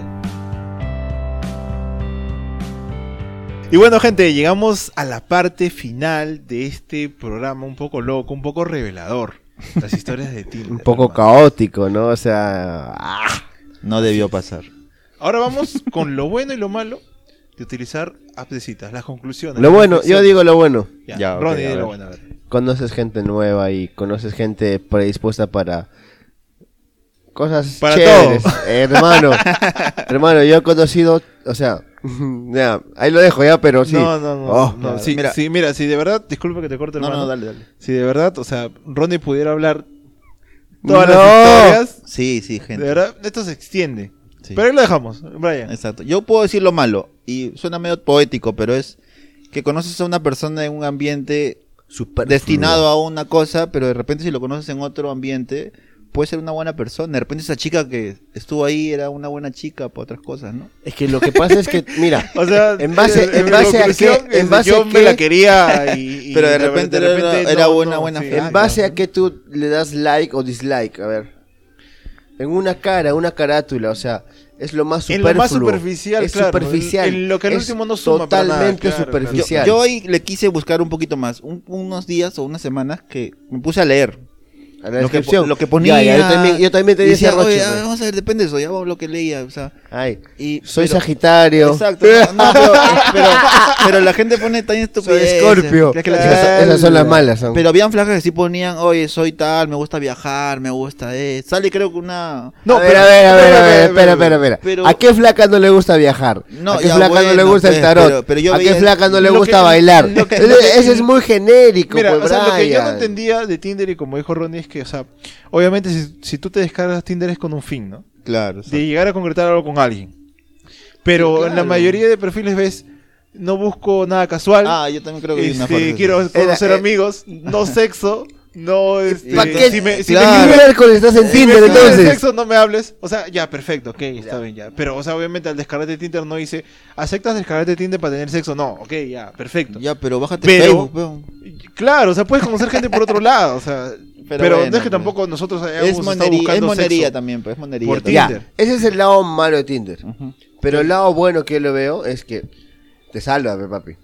Speaker 1: Y bueno, gente, llegamos a la parte final de este programa un poco loco, un poco revelador. Las historias de Tinder.
Speaker 2: <laughs> un poco
Speaker 1: hermano.
Speaker 2: caótico, ¿no? O sea, ah,
Speaker 3: No debió pasar.
Speaker 1: Ahora vamos con lo bueno y lo malo de utilizar apps de citas, las conclusiones.
Speaker 2: lo
Speaker 1: las
Speaker 2: bueno, yo
Speaker 1: reflexiones.
Speaker 2: digo lo bueno.
Speaker 1: Ya,
Speaker 3: Ya, ok,
Speaker 1: Ronnie,
Speaker 3: a
Speaker 1: di
Speaker 3: ver.
Speaker 1: lo bueno. a ver.
Speaker 2: conoces gente nueva y conoces gente predispuesta para cosas
Speaker 1: Para
Speaker 2: chéveres. Eh,
Speaker 1: <laughs>
Speaker 2: hermano, hermano, yo he conocido, o sea, <laughs> ya, ahí lo dejo ya, pero sí.
Speaker 1: No, no, no.
Speaker 2: Oh,
Speaker 1: no,
Speaker 3: claro.
Speaker 1: sí,
Speaker 3: Mira.
Speaker 1: sí, mira, si de verdad, disculpa que te corte el
Speaker 3: No, no, dale, dale.
Speaker 1: Si de verdad, o sea, Ronnie pudiera hablar todas
Speaker 2: No.
Speaker 1: las historias,
Speaker 3: Sí, sí, gente.
Speaker 1: de verdad, esto se extiende.
Speaker 3: Sí.
Speaker 1: Pero ahí lo dejamos, Brian.
Speaker 3: Exacto. Yo puedo decir lo malo, y suena medio poético, pero es que conoces a una persona en un ambiente destinado a una cosa, pero de repente si lo conoces en otro ambiente, puede ser una buena persona. De repente esa chica que estuvo ahí era una buena chica para otras cosas, ¿no?
Speaker 2: Es que lo que pasa es que,
Speaker 1: <laughs>
Speaker 2: mira,
Speaker 1: O sea,
Speaker 2: <laughs> En base- en
Speaker 1: mi
Speaker 2: base a
Speaker 1: conclusión
Speaker 2: qué- en
Speaker 1: es,
Speaker 2: base
Speaker 1: yo
Speaker 2: a
Speaker 1: me
Speaker 2: qué-
Speaker 1: la quería y, y
Speaker 3: <laughs> Pero de repente era- era buena, buena fe.
Speaker 2: en
Speaker 3: Ah,
Speaker 2: base
Speaker 1: claro.
Speaker 2: a que tú le das like o dislike, a ver. En una cara, una carátula, o sea, es lo más
Speaker 1: En
Speaker 2: superfluo.
Speaker 1: lo más superficial,
Speaker 2: es
Speaker 1: claro,
Speaker 2: superficial.
Speaker 1: en- en lo que al
Speaker 2: es
Speaker 1: último no suma para nada,
Speaker 2: Totalmente
Speaker 1: claro, claro.
Speaker 3: Yo,
Speaker 2: superficial.
Speaker 3: yo hoy le quise buscar un poquito más, un- unos días o unas semanas que me puse a leer.
Speaker 2: A la
Speaker 3: lo, que, po-
Speaker 2: descripción.
Speaker 3: lo que ponía.
Speaker 2: Ya, ya, yo también, yo también te
Speaker 3: y
Speaker 2: decía,
Speaker 3: "Oye,
Speaker 2: Roche, pues".
Speaker 3: ah,
Speaker 2: güey.
Speaker 3: vamos a ver, depende de eso, ya lo que leía, o sea.
Speaker 2: Ay,
Speaker 3: Y,
Speaker 2: soy
Speaker 3: pero-
Speaker 2: Sagitario. Eh,
Speaker 3: Exacto. No, pero, eh, pero, pero la gente pone tan
Speaker 2: Soy
Speaker 3: estupidez.
Speaker 2: Escorpio.
Speaker 3: Creo que la-
Speaker 2: Esas, esas son las malas. son.
Speaker 3: Pero habían flacas que sí ponían, oye, soy tal, me gusta viajar, me gusta eh. Sale creo que una...
Speaker 1: No,
Speaker 2: a ver,
Speaker 1: pero-
Speaker 2: a ver, a ver,
Speaker 1: pero-
Speaker 2: a ver,
Speaker 1: pero-
Speaker 2: espera, espera,
Speaker 1: pero-
Speaker 2: espera.
Speaker 3: pero-
Speaker 2: ¿A qué flaca no le gusta viajar?
Speaker 3: No,
Speaker 2: ¿A qué
Speaker 3: ya,
Speaker 2: flaca no le
Speaker 3: bueno,
Speaker 2: gusta el
Speaker 3: pues,
Speaker 2: tarot?
Speaker 3: pero- pero yo
Speaker 2: ¿A qué
Speaker 3: veía-
Speaker 2: flaca no le
Speaker 1: lo que-
Speaker 2: gusta bailar?
Speaker 1: lo que-
Speaker 2: Ese-
Speaker 1: lo que-
Speaker 2: Ese es muy genérico,
Speaker 1: Mira,
Speaker 2: pues,
Speaker 1: o sea, lo que yo no
Speaker 2: Brian.
Speaker 1: entendía de Tinder y como dijo Ronnie es que, o sea, obviamente si, si tú te descargas Tinder es con un fin, ¿no?
Speaker 3: Claro.
Speaker 1: de llegar a concretar algo con alguien. Pero en la mayoría de perfiles ves, no busco nada casual,
Speaker 3: Ah, yo también creo que hay una
Speaker 1: este,
Speaker 3: frase.
Speaker 1: quiero
Speaker 2: Era-
Speaker 1: conocer
Speaker 2: eh.
Speaker 1: amigos,
Speaker 2: <laughs>
Speaker 1: no sexo, no este,
Speaker 2: ¿Para qué?
Speaker 1: si me, si me
Speaker 2: ¿Qué
Speaker 3: Claro.
Speaker 2: miércoles estás en
Speaker 1: si me
Speaker 2: <laughs> Tinder
Speaker 1: escribes de
Speaker 2: entonces?
Speaker 1: sexo no me hables, o sea, ya, perfecto, ok, está bien, ya. Pero, o sea, obviamente al descargarte Tinder no dice, ¿aceptas descargarte Tinder para tener sexo? No, ok, ya, perfecto.
Speaker 3: Ya, pero bájate
Speaker 1: Pero-
Speaker 3: Facebook, peón.
Speaker 1: Claro, o sea, puedes conocer gente por otro lado, o
Speaker 3: <laughs>
Speaker 1: sea, pero,
Speaker 3: bueno,
Speaker 1: no es que
Speaker 3: pues.
Speaker 1: tampoco nosotros hayamos
Speaker 3: Es
Speaker 1: estado
Speaker 3: monería, es
Speaker 1: buscando
Speaker 3: monería
Speaker 1: sexo.
Speaker 3: también, pues, es monería.
Speaker 1: Por
Speaker 3: también.
Speaker 1: Tinder.
Speaker 2: Ya, ese es el lado malo de Tinder.
Speaker 3: Ujú.
Speaker 2: Pero el lado bueno que lo veo es que te salva, pe, papi.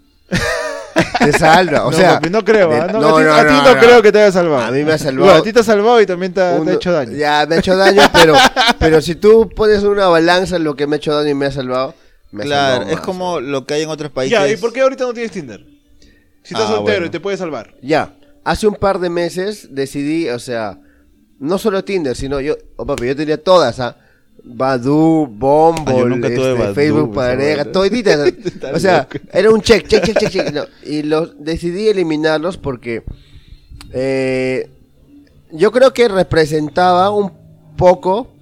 Speaker 2: te salva,
Speaker 1: <laughs>
Speaker 2: o
Speaker 1: no,
Speaker 2: sea.
Speaker 1: papi, no creo,
Speaker 2: de-
Speaker 1: ¿ah? No, a ti a ti no, creo que te haya salvado.
Speaker 2: A mí me ha salvado.
Speaker 1: Bueno, a ti te ha salvado y también te ha, te ha
Speaker 2: Uno-
Speaker 1: hecho daño.
Speaker 2: Ya, me ha hecho daño,
Speaker 1: <laughs>
Speaker 2: pero, pero si tú pones una balanza en lo que me ha hecho daño y me ha salvado, me ha
Speaker 3: Claro,
Speaker 2: salvado
Speaker 3: es
Speaker 2: más.
Speaker 3: como lo que hay en otros países.
Speaker 1: Ya, ¿y por qué ahorita no tienes Tinder? Si estás
Speaker 3: Ah,
Speaker 1: soltero
Speaker 3: bueno.
Speaker 1: y te puedes salvar.
Speaker 2: Ya, hace un par de meses decidí, o sea, no solo Tinder, sino yo, oh, papi, yo tenía todas, ¿ah? Badu,
Speaker 3: Ah, yo
Speaker 2: Bumble,
Speaker 3: nunca tuve
Speaker 2: este,
Speaker 3: Badoo,
Speaker 2: Facebook
Speaker 3: esa
Speaker 2: pareja,
Speaker 3: vaina. <laughs>
Speaker 2: toditas. o
Speaker 3: Estás
Speaker 2: sea,
Speaker 3: loco.
Speaker 2: era un check, check, check, check, check. no, y los decidí eliminarlos porque eh, yo creo que representaba un poco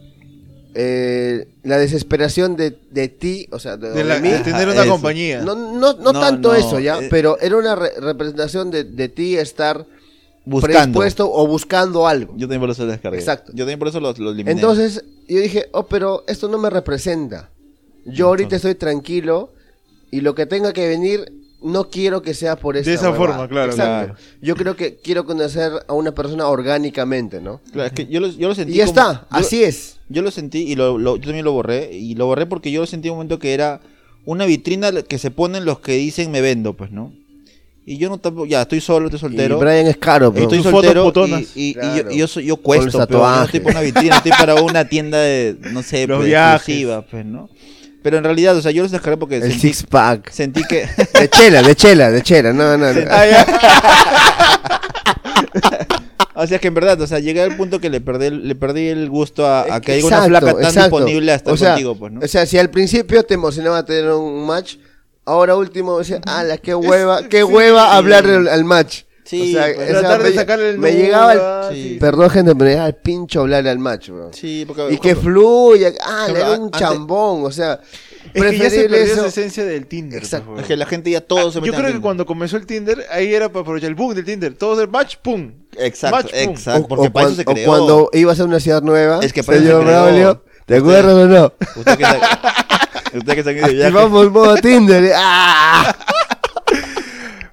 Speaker 2: eh, la desesperación de, de ti, o sea, de,
Speaker 1: De,
Speaker 2: de
Speaker 1: la-
Speaker 2: mí.
Speaker 1: de tener una
Speaker 3: eso.
Speaker 1: compañía.
Speaker 2: No, no, no
Speaker 3: No,
Speaker 2: tanto
Speaker 3: no,
Speaker 2: eso ya,
Speaker 3: eh.
Speaker 2: pero era una re- representación de, de ti estar
Speaker 3: Buscando.
Speaker 2: predispuesto o buscando algo.
Speaker 3: Yo también por eso lo descargué.
Speaker 2: Exacto.
Speaker 3: Yo también por eso los, los eliminé.
Speaker 2: Entonces yo dije, oh, pero esto no me representa. Yo ahorita estoy tranquilo y lo que tenga que venir no quiero que sea por esta
Speaker 1: esa
Speaker 2: huevada".
Speaker 1: forma, claro,
Speaker 2: Exacto. Yo creo que quiero conocer a una persona orgánicamente, ¿no?
Speaker 3: Claro, es que yo lo, yo lo sentí.
Speaker 2: Y ya
Speaker 3: como-
Speaker 2: está,
Speaker 3: yo-
Speaker 2: así es.
Speaker 3: Yo lo sentí y lo, lo- yo también lo borré. Y lo borré porque yo lo sentí en un momento que era una vitrina que se ponen los que dicen me vendo, pues, ¿no? Y yo no tampoco. Ya, estoy solo, estoy soltero.
Speaker 2: Y Brian pues, es caro, pero
Speaker 3: Estoy
Speaker 1: Tus
Speaker 3: soltero
Speaker 1: fotos
Speaker 3: y-
Speaker 1: putonas.
Speaker 3: y, y
Speaker 2: Claro.
Speaker 3: yo, y yo soy-
Speaker 2: Con
Speaker 3: yo
Speaker 2: los
Speaker 3: cuesto, pero yo no
Speaker 2: tatuajes.
Speaker 3: estoy para una vitrina, estoy para una tienda de, no sé,
Speaker 1: Los
Speaker 3: pues,
Speaker 1: viajes.
Speaker 3: exclusiva, pues, ¿no? Pero en realidad, o sea, yo los descargué porque
Speaker 2: el
Speaker 3: sentí,
Speaker 2: six pack.
Speaker 3: sentí que...
Speaker 2: De chela, de chela, de chela, no,
Speaker 3: <laughs>
Speaker 2: no, no.
Speaker 3: Ah, o sea, que en verdad, o sea, llegué al punto que le perdí, el- le perdí el gusto a, a que hay una
Speaker 2: Exacto,
Speaker 3: flaca tan
Speaker 2: exacto.
Speaker 3: disponible hasta
Speaker 2: o sea,
Speaker 3: contigo, pues, ¿no?
Speaker 2: O sea, si al principio te emocionaba tener un match, ahora último decía, ala, qué hueva, qué hueva hablar al, al match.
Speaker 3: Sí,
Speaker 2: o sea,
Speaker 3: pues,
Speaker 2: esa-
Speaker 1: Tratar de
Speaker 2: me-
Speaker 1: sacarle el
Speaker 2: Me
Speaker 1: número,
Speaker 2: llegaba el...
Speaker 1: ah,
Speaker 3: sí.
Speaker 2: Perdón, gente, pero me llegaba el pincho hablar al match, bro.
Speaker 3: Sí, porque...
Speaker 2: Y que fluya, ah,
Speaker 3: Pero
Speaker 2: le da un
Speaker 3: antes-
Speaker 2: chambón, o sea,
Speaker 1: Es que ya se
Speaker 2: preferible
Speaker 1: perdió
Speaker 2: eso.
Speaker 1: esa esencia del Tinder.
Speaker 2: Exacto.
Speaker 1: por favor.
Speaker 3: es que la gente ya todo se
Speaker 1: Ah, Yo
Speaker 3: mete
Speaker 1: creo que cuando comenzó el Tinder, ahí era para aprovechar el boom del Tinder. Todos el match, pum.
Speaker 3: Exacto,
Speaker 1: Match, pum.
Speaker 3: exacto. porque para eso se creó.
Speaker 2: cuando ibas a una ciudad nueva,
Speaker 3: Es que para eso
Speaker 2: señor
Speaker 3: se creó.
Speaker 2: Braulio, ¿te
Speaker 3: Usted-
Speaker 2: acuerdas o
Speaker 3: <laughs>
Speaker 2: no?
Speaker 3: Usted que se... <laughs> Usted que se ha ido de viaje.
Speaker 2: Activamos modo Tinder, eh, ah.
Speaker 3: <laughs>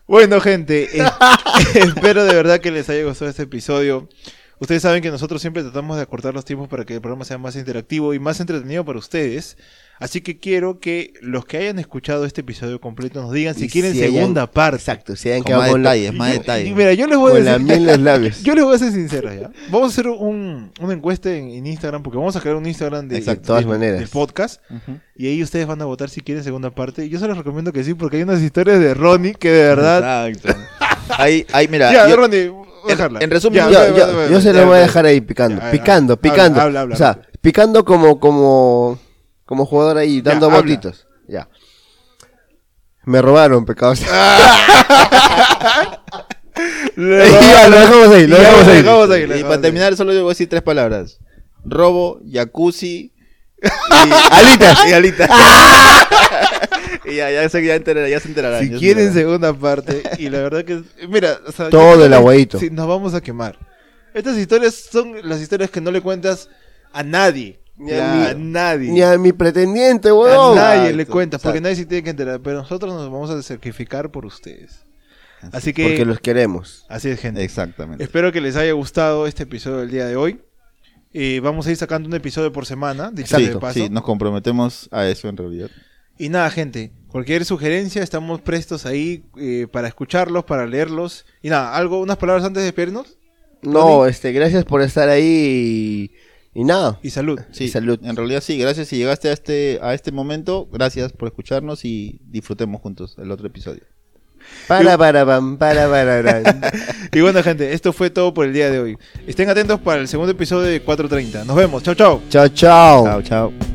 Speaker 1: Bueno, gente, eh, <laughs> espero de verdad que les haya gustado este episodio. Ustedes saben que nosotros siempre tratamos de acortar los tiempos para que el programa sea más interactivo y más entretenido para ustedes. Así que quiero que los que hayan escuchado este episodio completo nos digan si
Speaker 2: Y
Speaker 1: quieren
Speaker 2: si hayan-
Speaker 1: segunda parte.
Speaker 2: Exacto, si hayan
Speaker 3: Con más
Speaker 2: quedado con la-
Speaker 3: detalles, más
Speaker 1: Y
Speaker 3: detalles.
Speaker 1: mira, yo les voy a
Speaker 2: con la
Speaker 1: decir-
Speaker 2: miel en los <laughs>
Speaker 1: <laughs>
Speaker 2: labios.
Speaker 1: Yo les voy a ser sincero ya. Vamos a hacer un, una encuesta en, en Instagram, porque vamos a crear un Instagram de,
Speaker 2: Exacto, de todas
Speaker 1: del-
Speaker 2: maneras.
Speaker 1: del podcast.
Speaker 3: Ujú.
Speaker 1: Y ahí ustedes van a votar si quieren segunda parte. Y yo se los recomiendo que sí, porque hay unas historias de Ronnie que de verdad.
Speaker 3: Exacto. Ahí, ahí, mira.
Speaker 1: Ya,
Speaker 3: yo-
Speaker 1: Ronnie, déjala.
Speaker 3: en resumen,
Speaker 1: Ya,
Speaker 2: yo,
Speaker 1: ve,
Speaker 2: yo-
Speaker 1: ve, ve,
Speaker 2: yo
Speaker 1: ve,
Speaker 2: se
Speaker 1: ya,
Speaker 2: lo voy a
Speaker 1: ve.
Speaker 2: dejar ahí picando,
Speaker 1: Ya, ya,
Speaker 2: picando,
Speaker 1: habla,
Speaker 2: picando.
Speaker 1: habla, habla,
Speaker 2: o sea,
Speaker 1: habla.
Speaker 2: picando como, como, como jugador ahí, dando
Speaker 1: habla.
Speaker 2: botitos. Ya. Me robaron, pecados.
Speaker 1: Ah, Le-
Speaker 2: <laughs> <laughs> Ya, lo dejamos ahí, lo
Speaker 1: Ya,
Speaker 2: dejamos
Speaker 1: lo dejamos ahí,
Speaker 2: ahí.
Speaker 1: lo
Speaker 3: Y
Speaker 1: dejamos
Speaker 3: para
Speaker 1: ahí.
Speaker 3: terminar, solo yo voy a decir tres palabras: robo, jacuzzi
Speaker 2: <laughs> Alitas.
Speaker 3: y alita. <laughs> y ya, ya, se, ya, entera- ya se enterarán.
Speaker 1: Si
Speaker 3: ya se
Speaker 1: quieren
Speaker 3: enterarán.
Speaker 1: segunda parte, y la verdad que. Mira, o sea, yo
Speaker 2: Todo
Speaker 1: creo
Speaker 2: el
Speaker 1: que
Speaker 2: aguadito.
Speaker 1: sí, nos vamos a quemar. Estas historias son las historias que no le cuentas a nadie.
Speaker 2: Ni a
Speaker 1: a
Speaker 2: mí.
Speaker 1: nadie.
Speaker 2: Ni a mi pretendiente,
Speaker 1: A
Speaker 2: weón.
Speaker 1: nadie
Speaker 3: Exacto,
Speaker 1: le cuentas, porque
Speaker 3: exacto.
Speaker 1: nadie se tiene que enterar, pero nosotros nos vamos a sacrificar por ustedes. Así que,
Speaker 2: Porque los queremos.
Speaker 1: así es gente.
Speaker 3: Exactamente.
Speaker 1: Espero que les haya gustado este episodio del día de hoy. Eh, vamos a ir sacando un episodio por semana, dicho sea de
Speaker 3: Sí,
Speaker 1: paso.
Speaker 3: sí, nos comprometemos a eso en realidad.
Speaker 1: Y nada, gente, cualquier sugerencia, estamos prestos ahí eh, para escucharlos, para leerlos. Y nada, algo, unas palabras antes de despedirnos
Speaker 2: No, este, gracias por estar ahí y, y nada.
Speaker 1: y salud.
Speaker 3: Sí,
Speaker 2: Y salud.
Speaker 3: En realidad, sí, gracias. Si llegaste a este, a este momento, gracias por escucharnos y disfrutemos juntos el otro episodio.
Speaker 2: Para, para, pam, para,
Speaker 1: <laughs>
Speaker 2: para, para.
Speaker 1: Y bueno, gente, esto fue todo por el día de hoy. Estén atentos para el segundo episodio de 4.30. Nos vemos, chao, chao.
Speaker 2: chao, chao.
Speaker 3: Chao, chao.